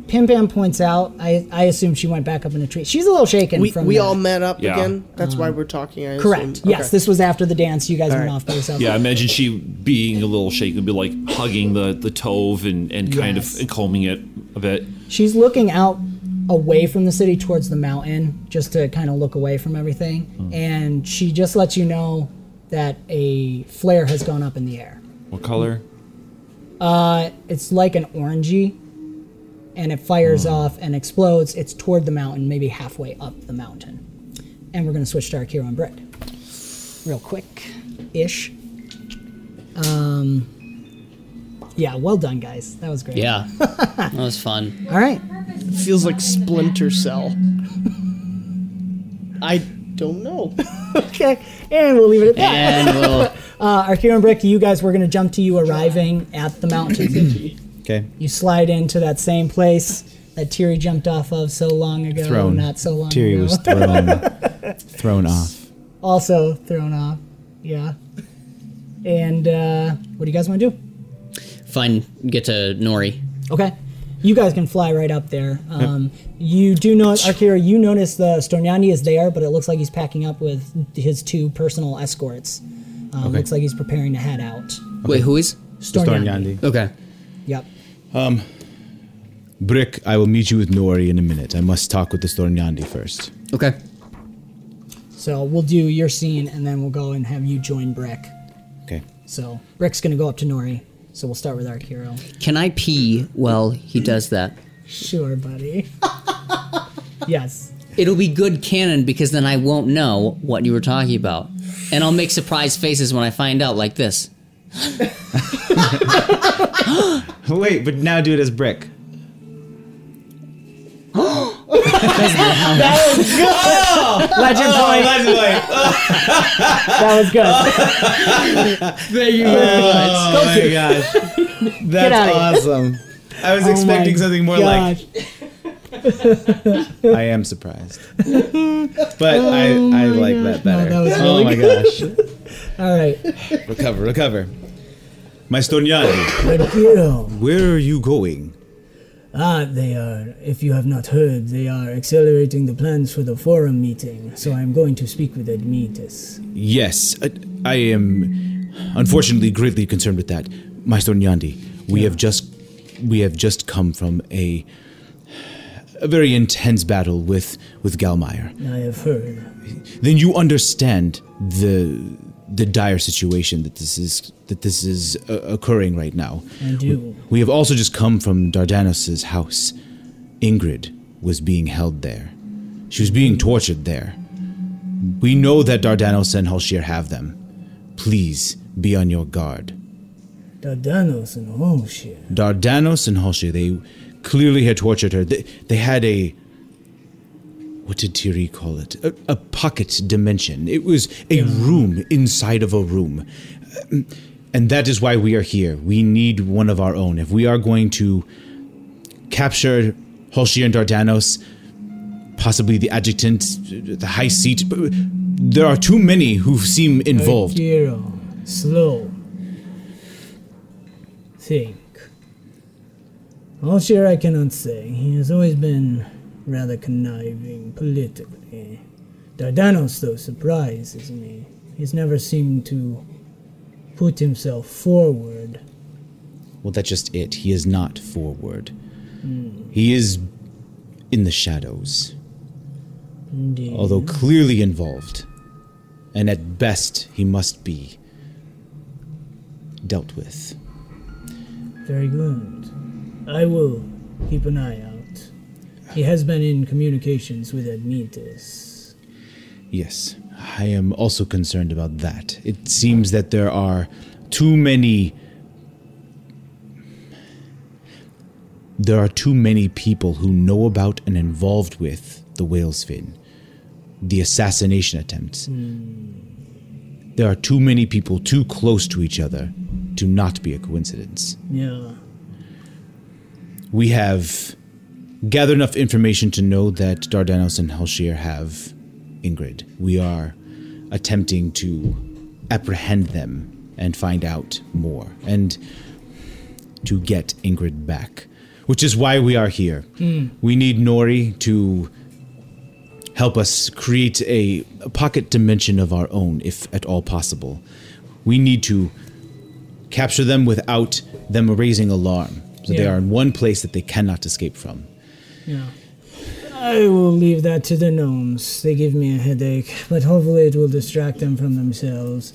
Pim Pam points out. I I assume she went back up in a tree. She's a little shaken. We, from we that. all met up Yeah. again. That's why we're talking. I Correct. assume. Yes, Okay. this was after the dance. You guys All went right. off by yourself. Yeah, I imagine she being a little shaken, be like hugging the the tove and and kind of and combing it a bit. She's looking out away from the city towards the mountain, just to kind of look away from everything. And she just lets you know that a flare has gone up in the air. What color? Uh, it's like an orangey, and it Hmm. fires off and explodes. It's toward the mountain, maybe halfway up the mountain. And we're gonna switch to our hero and Brick, real quick, ish. Um, yeah, well done, guys. That was great. Yeah. that was fun. All right. Feels like Splinter Cell. I don't know. okay, and we'll leave it at that. And we'll- uh, Arkira and Brick, you guys were going to jump to you arriving at the mountain. Okay. you slide into that same place that Tiri jumped off of so long ago. Thrown. Not so long Tiri ago. was thrown. thrown off. also thrown off. Yeah. And uh, what do you guys want to do? Fun. Get to Nori. Okay. You guys can fly right up there. Um, You do know, Arkira, you notice the Stornani is there, but it looks like he's packing up with his two personal escorts. Um, Okay. Looks like he's preparing to head out. Wait, who is? Stornyandi. Stornyandi. Okay. Yep. Um, Brick, I will meet you with Nori in a minute. I must talk with the Stornyandi first. Okay. So we'll do your scene, and then we'll go and have you join Brick. Okay. So Brick's gonna go up to Nori. So we'll start with our hero. Can I pee while he does that? Sure, buddy. yes. It'll be good canon because then I won't know what you were talking about. And I'll make surprise faces when I find out, like this. Wait, but now do it as Brick. that was good. Oh! Legend Oh, point. that was good. Thank you very Oh much. my gosh. Get That's outta here. awesome. I was Oh my expecting something more good. like I am surprised. But I, I like that better. Oh No, that was oh really my good. gosh. All right. Recover, recover. My Stornyandi, But hero, where are you going? ah, they are, if you have not heard, they are accelerating the plans for the forum meeting, so I'm going to speak with Admetus. Yes, I, I am unfortunately greatly concerned with that. Maestro Nyandi, we have just we have just come from a a very intense battle with with Galmeyer. I have heard. Then you understand the the dire situation that this is that this is uh, occurring right now. I do. We have also just come from Dardanos's house. Ingrid was being held there. She was being tortured there. We know that Dardanos and Halshir have them. Please be on your guard. Dardanos and oh shit. Dardanos and Halshir, they clearly had tortured her. They, they had a. What did Tiri call it? A, a pocket dimension. It was a room inside of a room. Um, And that is why we are here. We need one of our own. If we are going to capture Halshir and Dardanos, possibly the adjutant, the high seat, there are too many who seem involved. Hero, slow. Think. All sure I cannot say. He has always been rather conniving politically. Dardanos, though, surprises me. He's never seemed to put himself forward. Well, that's just it. He is not forward. He is in the shadows, Indeed. although clearly involved. And at best, he must be dealt with. Very good. I will keep an eye out. He has been in communications with Admetus. Yes, I am also concerned about that. It seems that there are too many. There are too many people who know about and involved with the whale's fin, the assassination attempts. There are too many people too close to each other to not be a coincidence. Yeah. We have gathered enough information to know that Dardanos and Helshir have Ingrid. We are attempting to apprehend them and find out more and to get Ingrid back, which is why we are here. Mm. We need Nori to help us create a, a pocket dimension of our own, if at all possible. We need to capture them without them raising alarm. So they Yeah. are in one place that they cannot escape from. Yeah. I will leave that to the gnomes. They give me a headache, but hopefully it will distract them from themselves.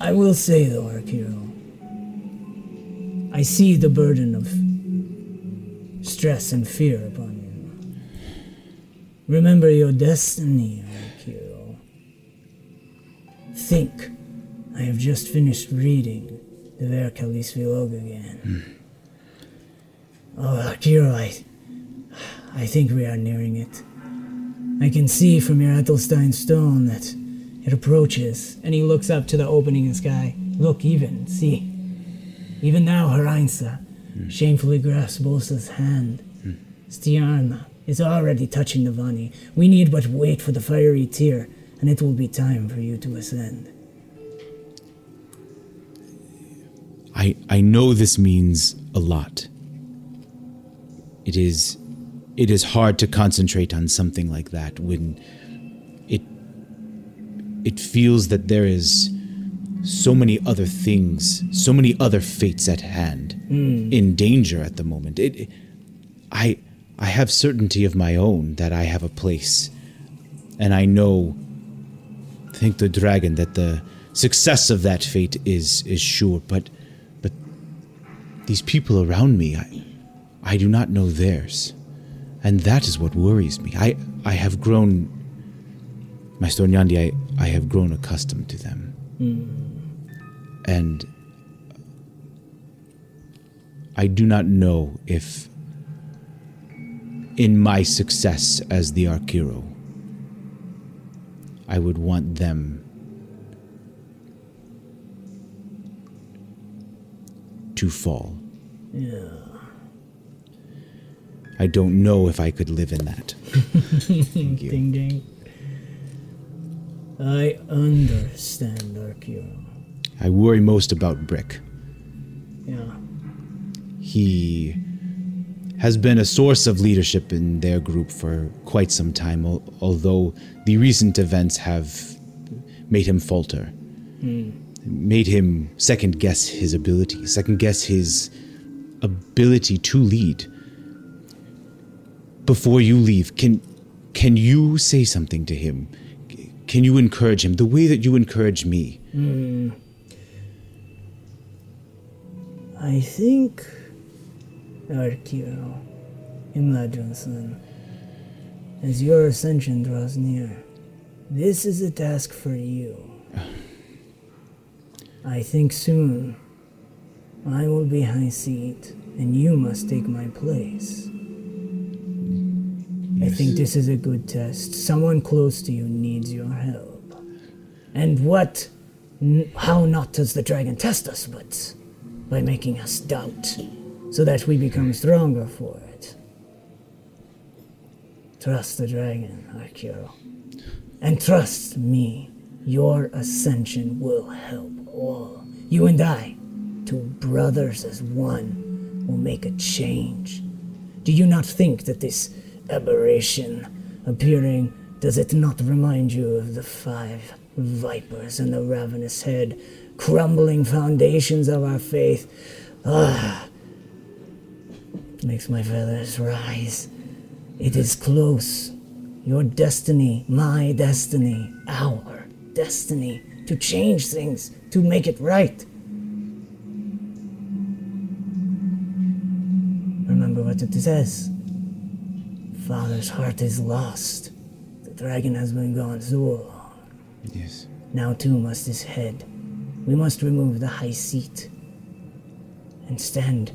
I will say, though, Arkiro, I see the burden of stress and fear upon you. Remember your destiny, Arkiro. Think. I have just finished reading the Verkalis Vilog again. Oh, Arkiro, I I think we are nearing it. I can see from your Athelstein stone that it approaches. And he looks up to the opening in the sky. Look, even, see. Even now, Harainsa shamefully grasps Bosa's hand. Stiarna is already touching the Vani. We need but wait for the fiery tear, and it will be time for you to ascend. I, I know this means a lot. It is it is hard to concentrate on something like that when it it feels that there is so many other things, so many other fates at hand Mm. in danger at the moment. It, it- I I have certainty of my own that I have a place and I know thank the dragon that the success of that fate is is sure but but these people around me I I do not know theirs and that is what worries me I I have grown Master Nyandi, I, I have grown accustomed to them Hmm. and I do not know if in my success as the Arkiro I would want them to fall. Yeah. I don't know if I could live in that. Ding ding. I understand, Arkiro. I worry most about Brick. Yeah. He has been a source of leadership in their group for quite some time, al- although the recent events have made him falter. Hmm. made him second guess his ability, second guess his ability to lead. Before you leave, can can you say something to him? C- Can you encourage him the way that you encourage me? Hmm. I think Arkiro Imladronson, as your ascension draws near, this is a task for you. I think soon I will be high seat, and you must take my place. I think this is a good test. Someone close to you needs your help. And what, n- how not does the dragon test us but by making us doubt, so that we become stronger for it? Trust the dragon, Akiro. And trust me, your ascension will help all. You and I, two brothers as one, will make a change. Do you not think that this aberration appearing, does it not remind you of the five vipers in the ravenous head, crumbling foundations of our faith? Ah, it makes my feathers rise. It is close. Your destiny, my destiny, our destiny, to change things, to make it right. Remember what it says. Father's heart is lost. The dragon has been gone so long. Yes. Now too must his head. We must remove the high seat and stand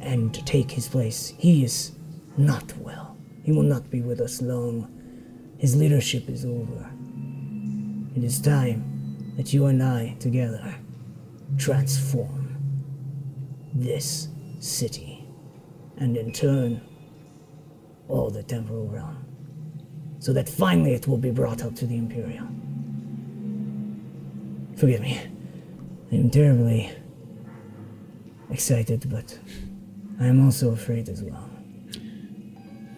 and take his place. He is not well. He will not be with us long. His leadership is over. It is time that you and I together transform this city and in turn all the temporal realm so that finally it will be brought up to the Imperial. Forgive me. I'm terribly excited, but I'm also afraid as well.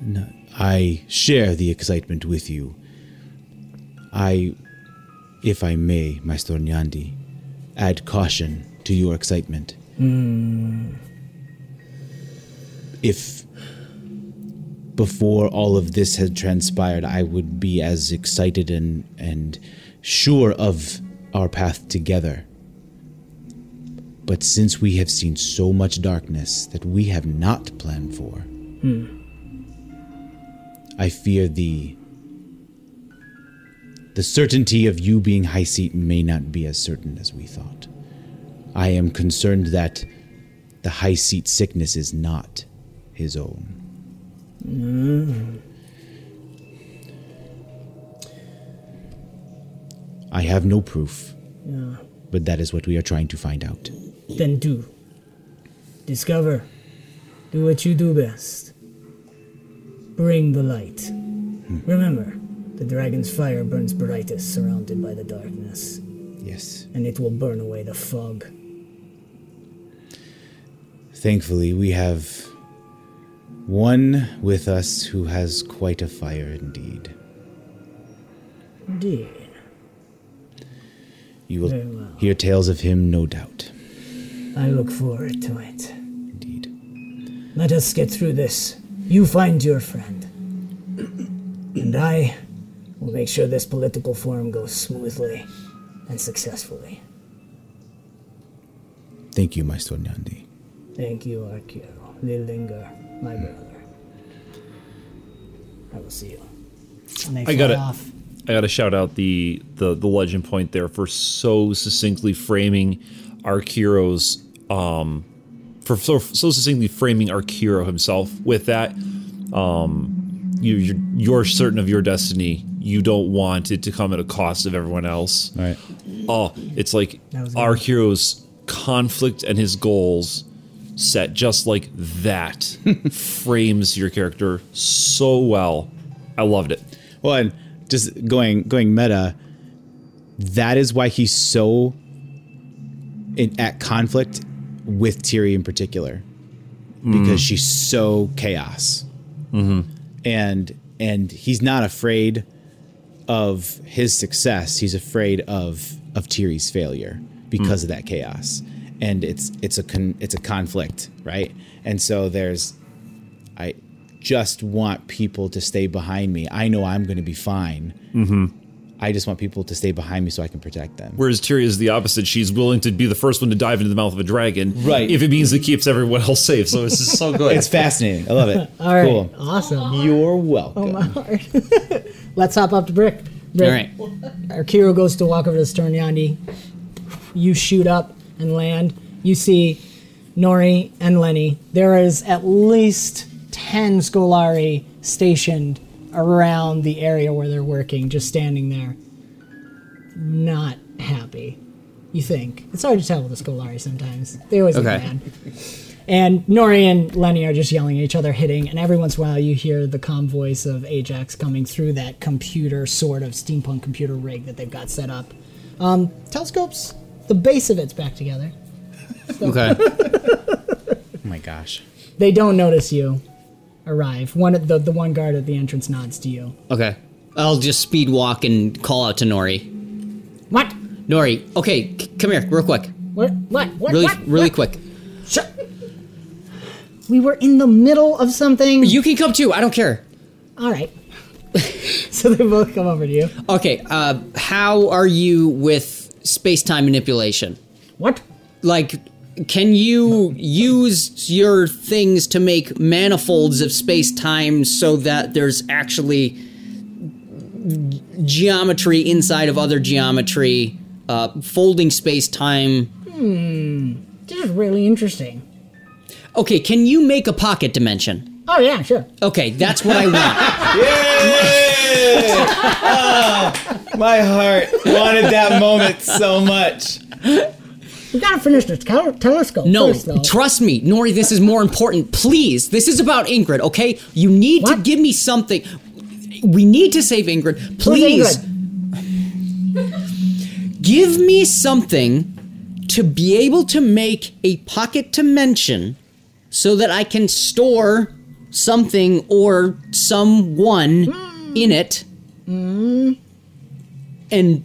No, I share the excitement with you. I, if I may, Master Nyandi, add caution to your excitement. Hmm. If before all of this had transpired, I would be as excited and, and sure of our path together. But since we have seen so much darkness that we have not planned for, Hmm. I fear the the certainty of you being high seat may not be as certain as we thought. I am concerned that the high seat sickness is not his own. Mm. I have no proof, Yeah. but that is what we are trying to find out. Then do. Discover. Do what you do best. Bring the light. Remember, the dragon's fire burns brightest surrounded by the darkness. Yes. And it will burn away the fog. Thankfully, we have one with us who has quite a fire indeed. Indeed. You Very will well. hear tales of him, no doubt. I look forward to it. Indeed. Let us get through this. You find your friend. And I will make sure this political forum goes smoothly and successfully. Thank you, Maestro Nyandi. Thank you, Arkio. Lilinger, my brother. I will see you. And they I got fly to I got to shout out the, the the legend point there for so succinctly framing our heroes um for so, so succinctly framing our hero himself with that um you you're, you're certain of your destiny. You don't want it to come at a cost of everyone else. Right. Oh, it's like That was good. our hero's conflict and his goals set just like that frames your character so well. I loved it. Well, and just going going meta, that is why he's so in, at conflict with Tiri in particular, because Hmm. Mm. she's so chaos, and and he's not afraid of his success. He's afraid of of Tiri's failure because of that chaos, and it's it's a con, it's a conflict, right? And so there's I just want people to stay behind me. I know I'm going to be fine. Mm-hmm. I just want people to stay behind me so I can protect them. Whereas Tyria is the opposite. She's willing to be the first one to dive into the mouth of a dragon, Right. If it means it keeps everyone else safe. So it's just so good. It's fascinating. I love it. All right. Cool. Awesome. You're welcome. Oh, my heart. Let's hop up to Brick. Brick. All right. Arkiro goes to walk over to Sternyandi. You shoot up and land. You see Nori and Lenny. There is at least 10 Scolari stationed around the area where they're working, just standing there. Not happy, you think. It's hard to tell with the Scolari sometimes. They always get mad. And Nori and Lenny are just yelling at each other, hitting, and every once in a while you hear the calm voice of Ajax coming through that computer sort of steampunk computer rig that they've got set up. Um, telescopes, the base of it's back together. Okay. oh my gosh. They don't notice you. arrive. One at the the one guard at the entrance nods to you. Okay. I'll just speed walk and call out to Nori. What? Nori, okay, c- come here, real quick. What? What? What? really, what? really What? quick. We were in the middle of something. You can come too. I don't care. All right. so they both come over to you. Okay, uh, how are you with space time manipulation? What? Like, can you use your things to make manifolds of space time so that there's actually g- geometry inside of other geometry, uh, folding space time? Hmm. This is really interesting. Okay, can you make a pocket dimension? Oh yeah, sure. Okay, that's what I want. my heart wanted that moment so much. We gotta finish this tel- telescope No, first, though. trust me, Nori, this is more important. Please, this is about Ingrid, okay? You need to give me something. We need to save Ingrid. Please, give me something to be able to make a pocket dimension so that I can store something or someone Hmm. in it. And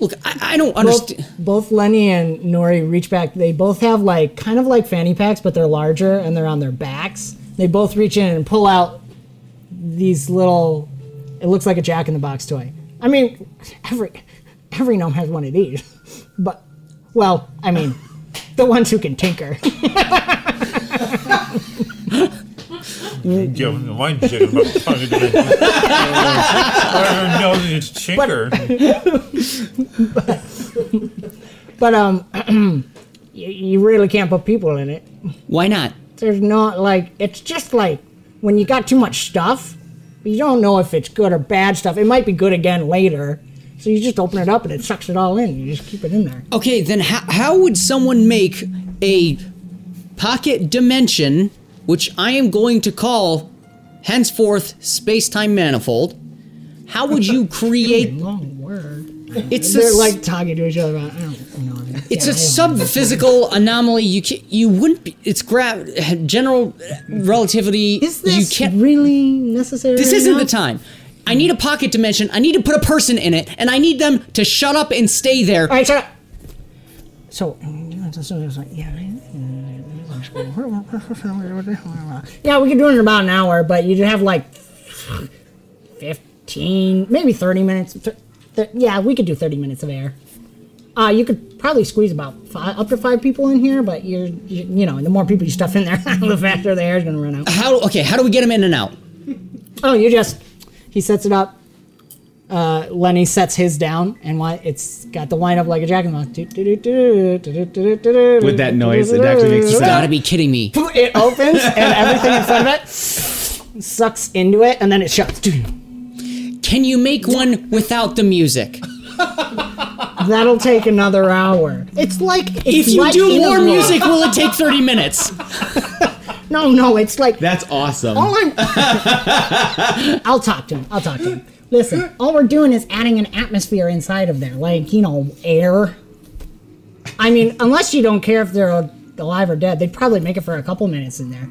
look, I, I don't understand. Both, both Lenny and Nori reach back. They both have like kind of like fanny packs, but they're larger and they're on their backs. They both reach in and pull out these little. It looks like a Jack in the Box toy. I mean, every every gnome has one of these, but well, I mean, the ones who can tinker. Yeah, mine did about five minutes. I don't know, it's tinker. but um, you, you really can't put people in it. Why not? There's not like it's just like when you got too much stuff, you don't know if it's good or bad stuff. It might be good again later, so you just open it up and it sucks it all in. You just keep it in there. Okay, then how, how would someone make a pocket dimension, which I am going to call henceforth space time manifold? How would you create? Long word. It's they're a s- like talking to each other about. I don't know. It's a sub-physical anomaly. You can, you wouldn't. Be, it's gra- general relativity. Is this you can't, really necessary? This right isn't now? the time. I need a pocket dimension. I need to put a person in it, and I need them to shut up and stay there. All right, shut up. So, so it's like, yeah, right? yeah, we could do it in about an hour, but you'd have like fifteen, maybe thirty minutes. Th- th- yeah, we could do thirty minutes of air. Uh, you could probably squeeze about five, up to five people in here, but you're, you, you know, the more people you stuff in there, the faster the air is going to run out. How okay? How do we get them in and out? Oh, you just he sets it up. Uh, Lenny sets his down, and why it's got the wind up like a jack in the box. With With that noise, it actually makes a sound. be kidding me. It opens, and everything in front of it sucks into it, and then it shuts. Can you make one without the music? That'll take another hour. It's like it's if you like do in a more row. music, will it take thirty minutes? No, no, it's like That's awesome. all I'm. I'll talk to him. I'll talk to him. Listen, all we're doing is adding an atmosphere inside of there, like you know, air. I mean, unless you don't care if they're alive or dead, they'd probably make it for a couple minutes in there.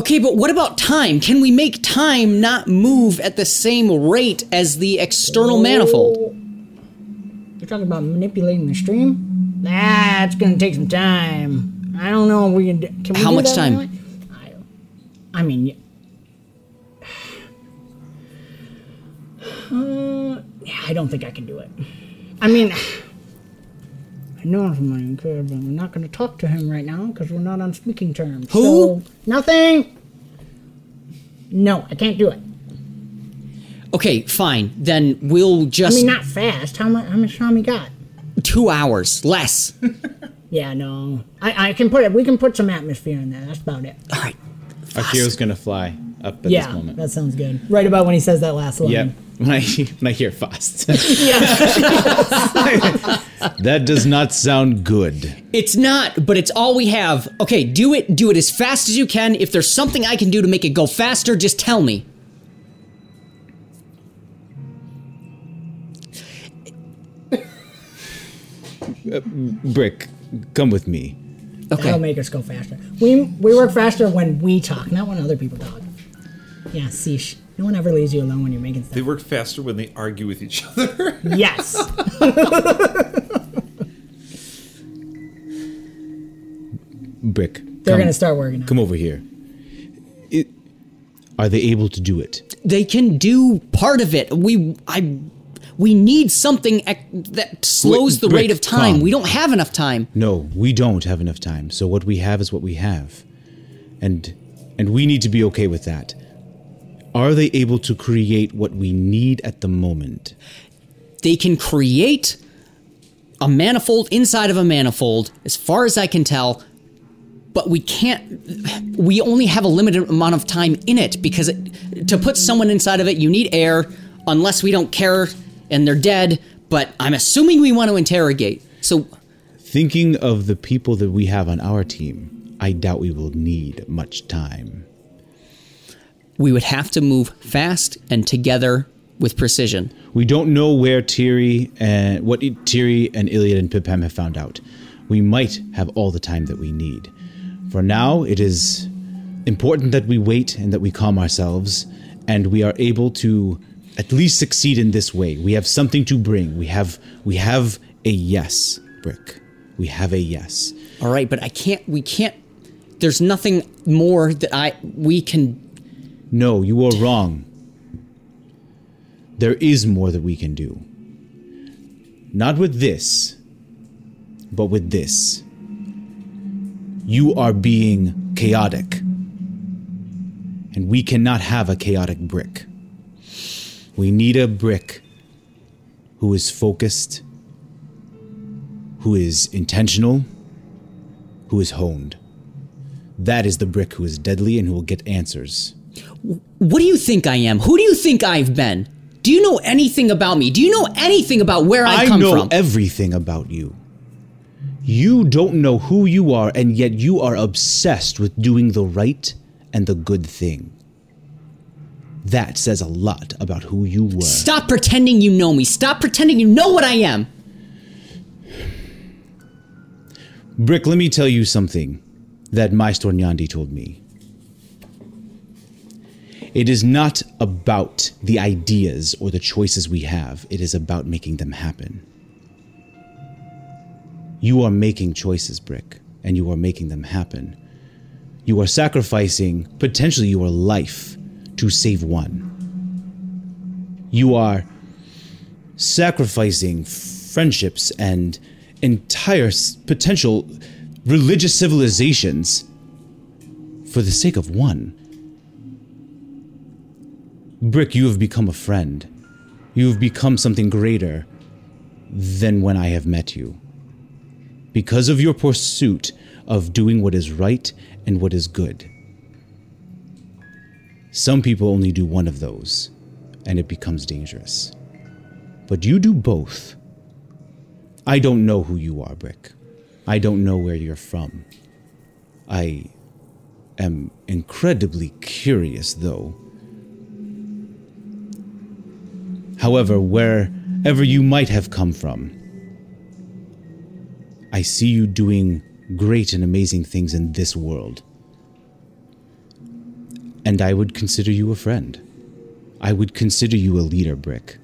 Okay, but what about time? Can we make time not move at the same rate as the external manifold? You're talking about manipulating the stream. That's gonna take some time. I don't know. if We can. do- Can we How do much that time? anyway? I, I mean, y- uh, yeah, I don't think I can do it. I mean, I know someone could, but we're not gonna talk to him right now because we're not on speaking terms. Who? So, nothing. No, I can't do it. Okay, fine. Then we'll just I mean, not fast. How much? How much time you got? two hours less. Yeah, no. I, I can put it. We can put some atmosphere in there. That's about it. Akira's gonna fly up at yeah, this moment. that sounds good. Right about when he says that last line. Yep. When I when I hear fast, Yeah. that does not sound good. It's not, but it's all we have. Okay, do it. Do it as fast as you can. If there's something I can do to make it go faster, just tell me. Uh, Brick, come with me. Okay. That'll make us go faster. We we work faster when we talk, not when other people talk. Yeah, see, no one ever leaves you alone when you're making. They work faster when they argue with each other. Yes. Brick. They're come- gonna start working on Come over here. It, are they able to do it? They can do part of it. We I we need something ec- that slows Wait, the rate Rick, of time. calm. We don't have enough time. No, we don't have enough time. So what we have is what we have. And and we need to be okay with that. Are they able to create what we need at the moment? They can create a manifold inside of a manifold as far as I can tell, but we can't we only have a limited amount of time in it because it, to put someone inside of it you need air unless we don't care and they're dead, but I'm assuming we want to interrogate. So Thinking of the people that we have on our team, I doubt we will need much time. we would have to move fast and together with precision. We don't know where Tiri and what Tiri and Iliad and Pipham have found out. We might have all the time that we need. For now, it is important that we wait and that we calm ourselves, and we are able to at least succeed in this way. We have something to bring. We have we have a yes, Brick. We have a yes. All right, but I can't. We can't. There's nothing more that I we can. No, you are wrong. There is more that we can do. Not with this, but with this. You are being chaotic. And we cannot have a chaotic brick. We need a brick who is focused, who is intentional, who is honed. That is the brick who is deadly and who will get answers. What do you think I am? Who do you think I've been? Do you know anything about me? Do you know anything about where I, come know from? everything about you. You don't know who you are, and yet you are obsessed with doing the right and the good thing. That says a lot about who you were. Stop pretending you know me. Stop pretending you know what I am. Brick, let me tell you something that Maestro Nyandi told me. It is not about the ideas or the choices we have, it is about making them happen. You are making choices, Brick, and you are making them happen. You are sacrificing potentially your life to save one. You are sacrificing friendships and entire s- potential religious civilizations for the sake of one. Brick, you have become a friend. You have become something greater than when I have met you. Because of your pursuit of doing what is right and what is good. Some people only do one of those, and it becomes dangerous. But you do both. I don't know who you are, Brick. I don't know where you're from. I am incredibly curious, though. However, wherever you might have come from, I see you doing great and amazing things in this world. And I would consider you a friend. I would consider you a leader, Brick.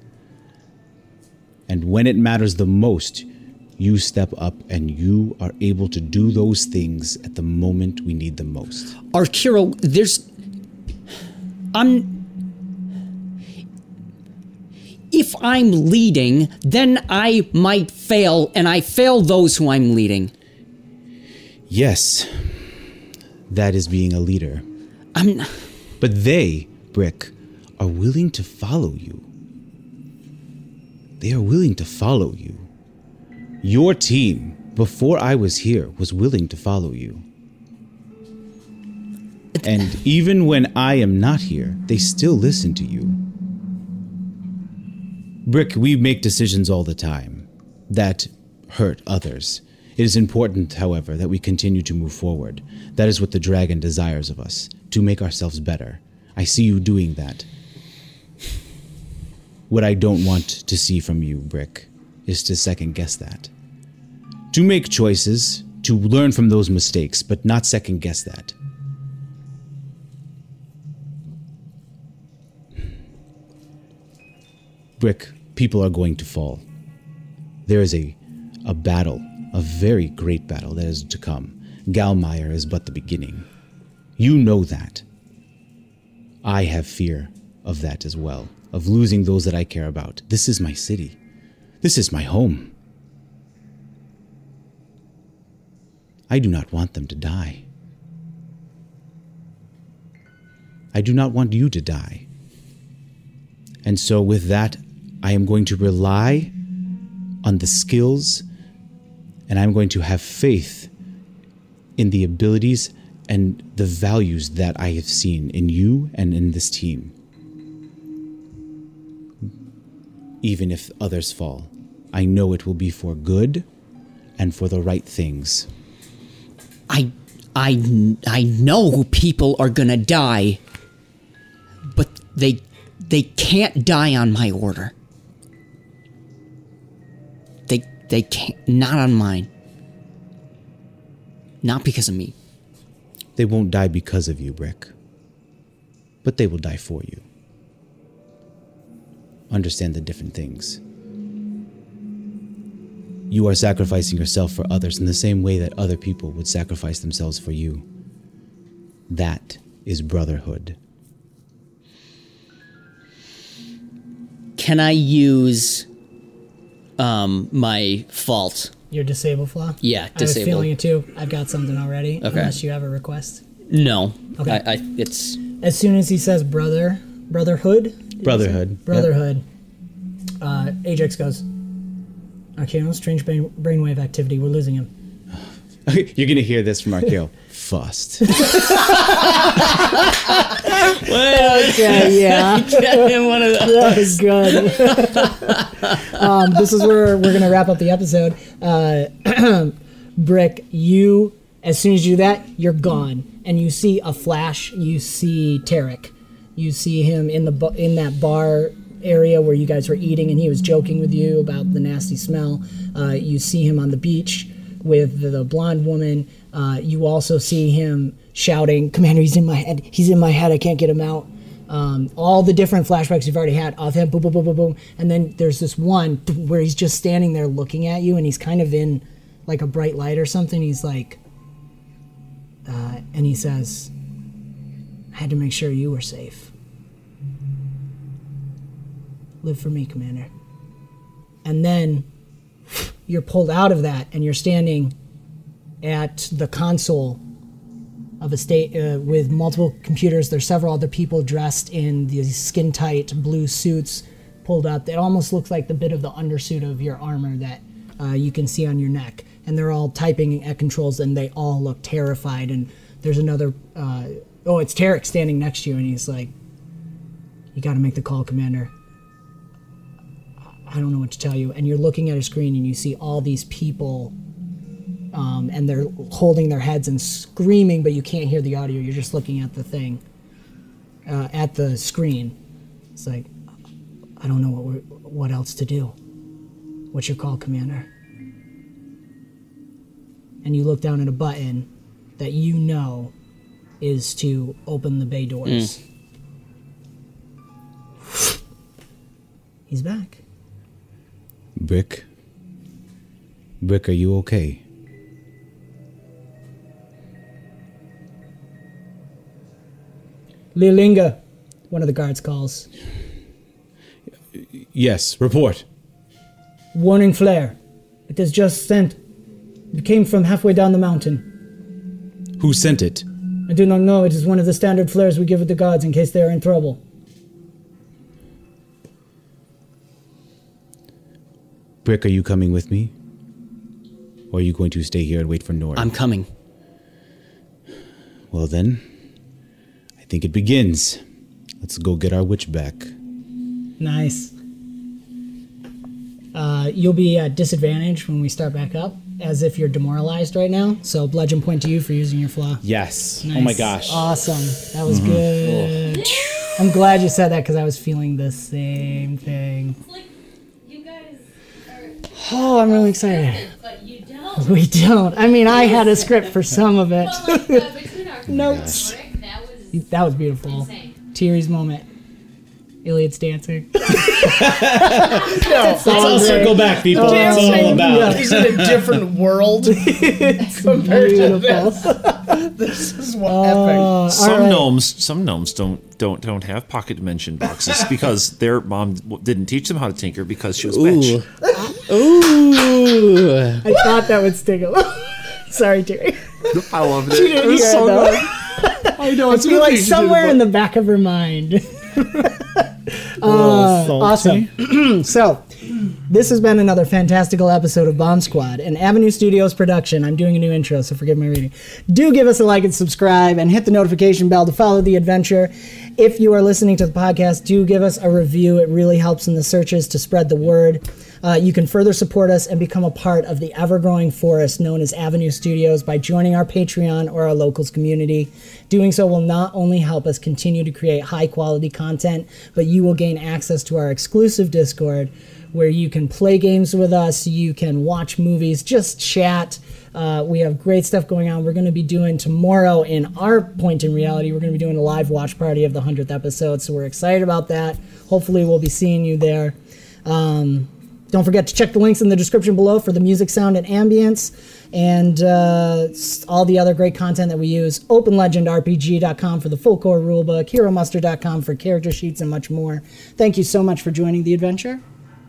And when it matters the most, you step up and you are able to do those things at the moment we need them most. Arkiro, there's. I'm. If I'm leading, then I might fail, and I fail those who I'm leading. Yes, that is being a leader. I'm. n- But they, Brick, are willing to follow you. They are willing to follow you. Your team, before I was here, was willing to follow you. And even when I am not here, they still listen to you. Brick, we make decisions all the time that hurt others. It is important, however, that we continue to move forward. That is what the dragon desires of us to make ourselves better. I see you doing that. What I don't want to see from you, Brick, is to second guess that. To make choices, to learn from those mistakes, but not second guess that. Brick, people are going to fall. There is a, a battle, a very great battle that is to come. Galmeyer is but the beginning. You know that. I have fear of that as well, of losing those that I care about. This is my city. This is my home. I do not want them to die. I do not want you to die. And so, with that, I am going to rely on the skills and I'm going to have faith in the abilities and the values that I have seen in you and in this team. Even if others fall, I know it will be for good and for the right things. I, I, I know people are gonna die, but they, they can't die on my order. They, they can't. Not on mine. Not because of me. They won't die because of you, Brick, but they will die for you. Understand the different things. You are sacrificing yourself for others in the same way that other people would sacrifice themselves for you. That is brotherhood. Can I use, um, my fault? Your disable flaw? Yeah, I was disable. feeling it too. I've got something already. Okay. Unless you have a request. No. Okay. I, I, it's As soon as he says brother, brotherhood, Brotherhood. brotherhood, uh, Ajax goes, Arcano, strange brain, brainwave activity. We're losing him. Yep. You're going to hear this from Arkeo. Fust. well, okay, yeah. one of those. That was good. um, this is where we're going to wrap up the episode. Uh, Brick, you, as soon as you do that, you're gone. And you see a flash. You see Tarek. You see him in the bu- in that bar area where you guys were eating, and he was joking with you about the nasty smell. Uh, you see him on the beach with the, the blonde woman. Uh, you also see him shouting, "Commander, he's in my head. He's in my head. I can't get him out." Um, all the different flashbacks you've already had of him. Boom, boom, boom, boom, boom. And then there's this one where he's just standing there looking at you, and he's kind of in like a bright light or something. He's like, uh, and he says, "I had to make sure you were safe. Live for me, Commander." And then you're pulled out of that, and you're standing at the console of a state uh, with multiple computers. There's several other people dressed in these skin tight blue suits pulled up. It almost looks like the bit of the undersuit of your armor that uh, you can see on your neck. And they're all typing at controls and they all look terrified. And there's another, uh, oh, it's Tarek standing next to you and he's like, You got to make the call, Commander. I don't know what to tell you. And you're looking at a screen and you see all these people um, and they're holding their heads and screaming, but you can't hear the audio. You're just looking at the thing, uh, at the screen. It's like, I don't know what we're, what else to do. What's your call, Commander? And you look down at a button that you know is to open the bay doors. He's back. Brick? Brick, are you okay? Lilinga, one of the guards calls. Yes, report. Warning flare. It is just sent. It came from halfway down the mountain. Who sent it? I do not know. It is one of the standard flares we give at the gods in case they are in trouble. Brick, are you coming with me? Or are you going to stay here and wait for Nord? I'm coming. Well, then, I think it begins. Let's go get our witch back. Nice. Uh, you'll be at disadvantage when we start back up, as if you're demoralized right now. So bludgeon point to you for using your flaw. Yes. Nice. Awesome. That was good. I'm glad you said that because I was feeling the same thing. Oh, I'm really excited. We don't. I mean, I had a script for some of it. Notes. That was beautiful. Teary's moment. Iliad's dancing. That's all all great. circle back, people. That's all Dancing. about. Yeah. He's in a different world compared to this. This is what Uh, all epic. some gnomes, some gnomes don't don't don't have pocket dimension boxes because their mom w- didn't teach them how to tinker because she was a bitch. Ooh. I thought that would stick a little. Sorry, Terry. I love She didn't hear it, though. I know. It's good like that you did somewhere it. in the back of her mind. little Uh, salty. awesome. so, this has been another fantastical episode of Bomb Squad, an Avenue Studios production. I'm doing a new intro, so forgive my reading. Do give us a like and subscribe, and hit the notification bell to follow the adventure. If you are listening to the podcast, do give us a review. It really helps in the searches to spread the word. Uh, you can further support us and become a part of the ever growing forest known as Avenue Studios by joining our Patreon or our locals community. Doing so will not only help us continue to create high quality content, but you will gain access to our exclusive Discord where you can play games with us, you can watch movies, just chat. Uh, we have great stuff going on. We're going to be doing tomorrow in our point in reality, we're going to be doing a live watch party of the 100th episode. So we're excited about that. Hopefully, we'll be seeing you there. Um, don't forget to check the links in the description below for the music, sound, and ambience, and uh, s- all the other great content that we use. OpenLegendRPG.com for the full core rulebook, HeroMuster.com for character sheets, and much more. Thank you so much for joining the adventure,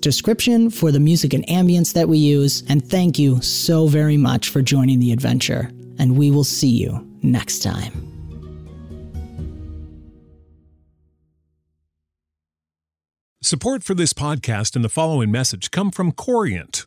description for the music and ambience that we use. And thank you so very much for joining the adventure. And we will see you next time. Support for this podcast and the following message come from Corient.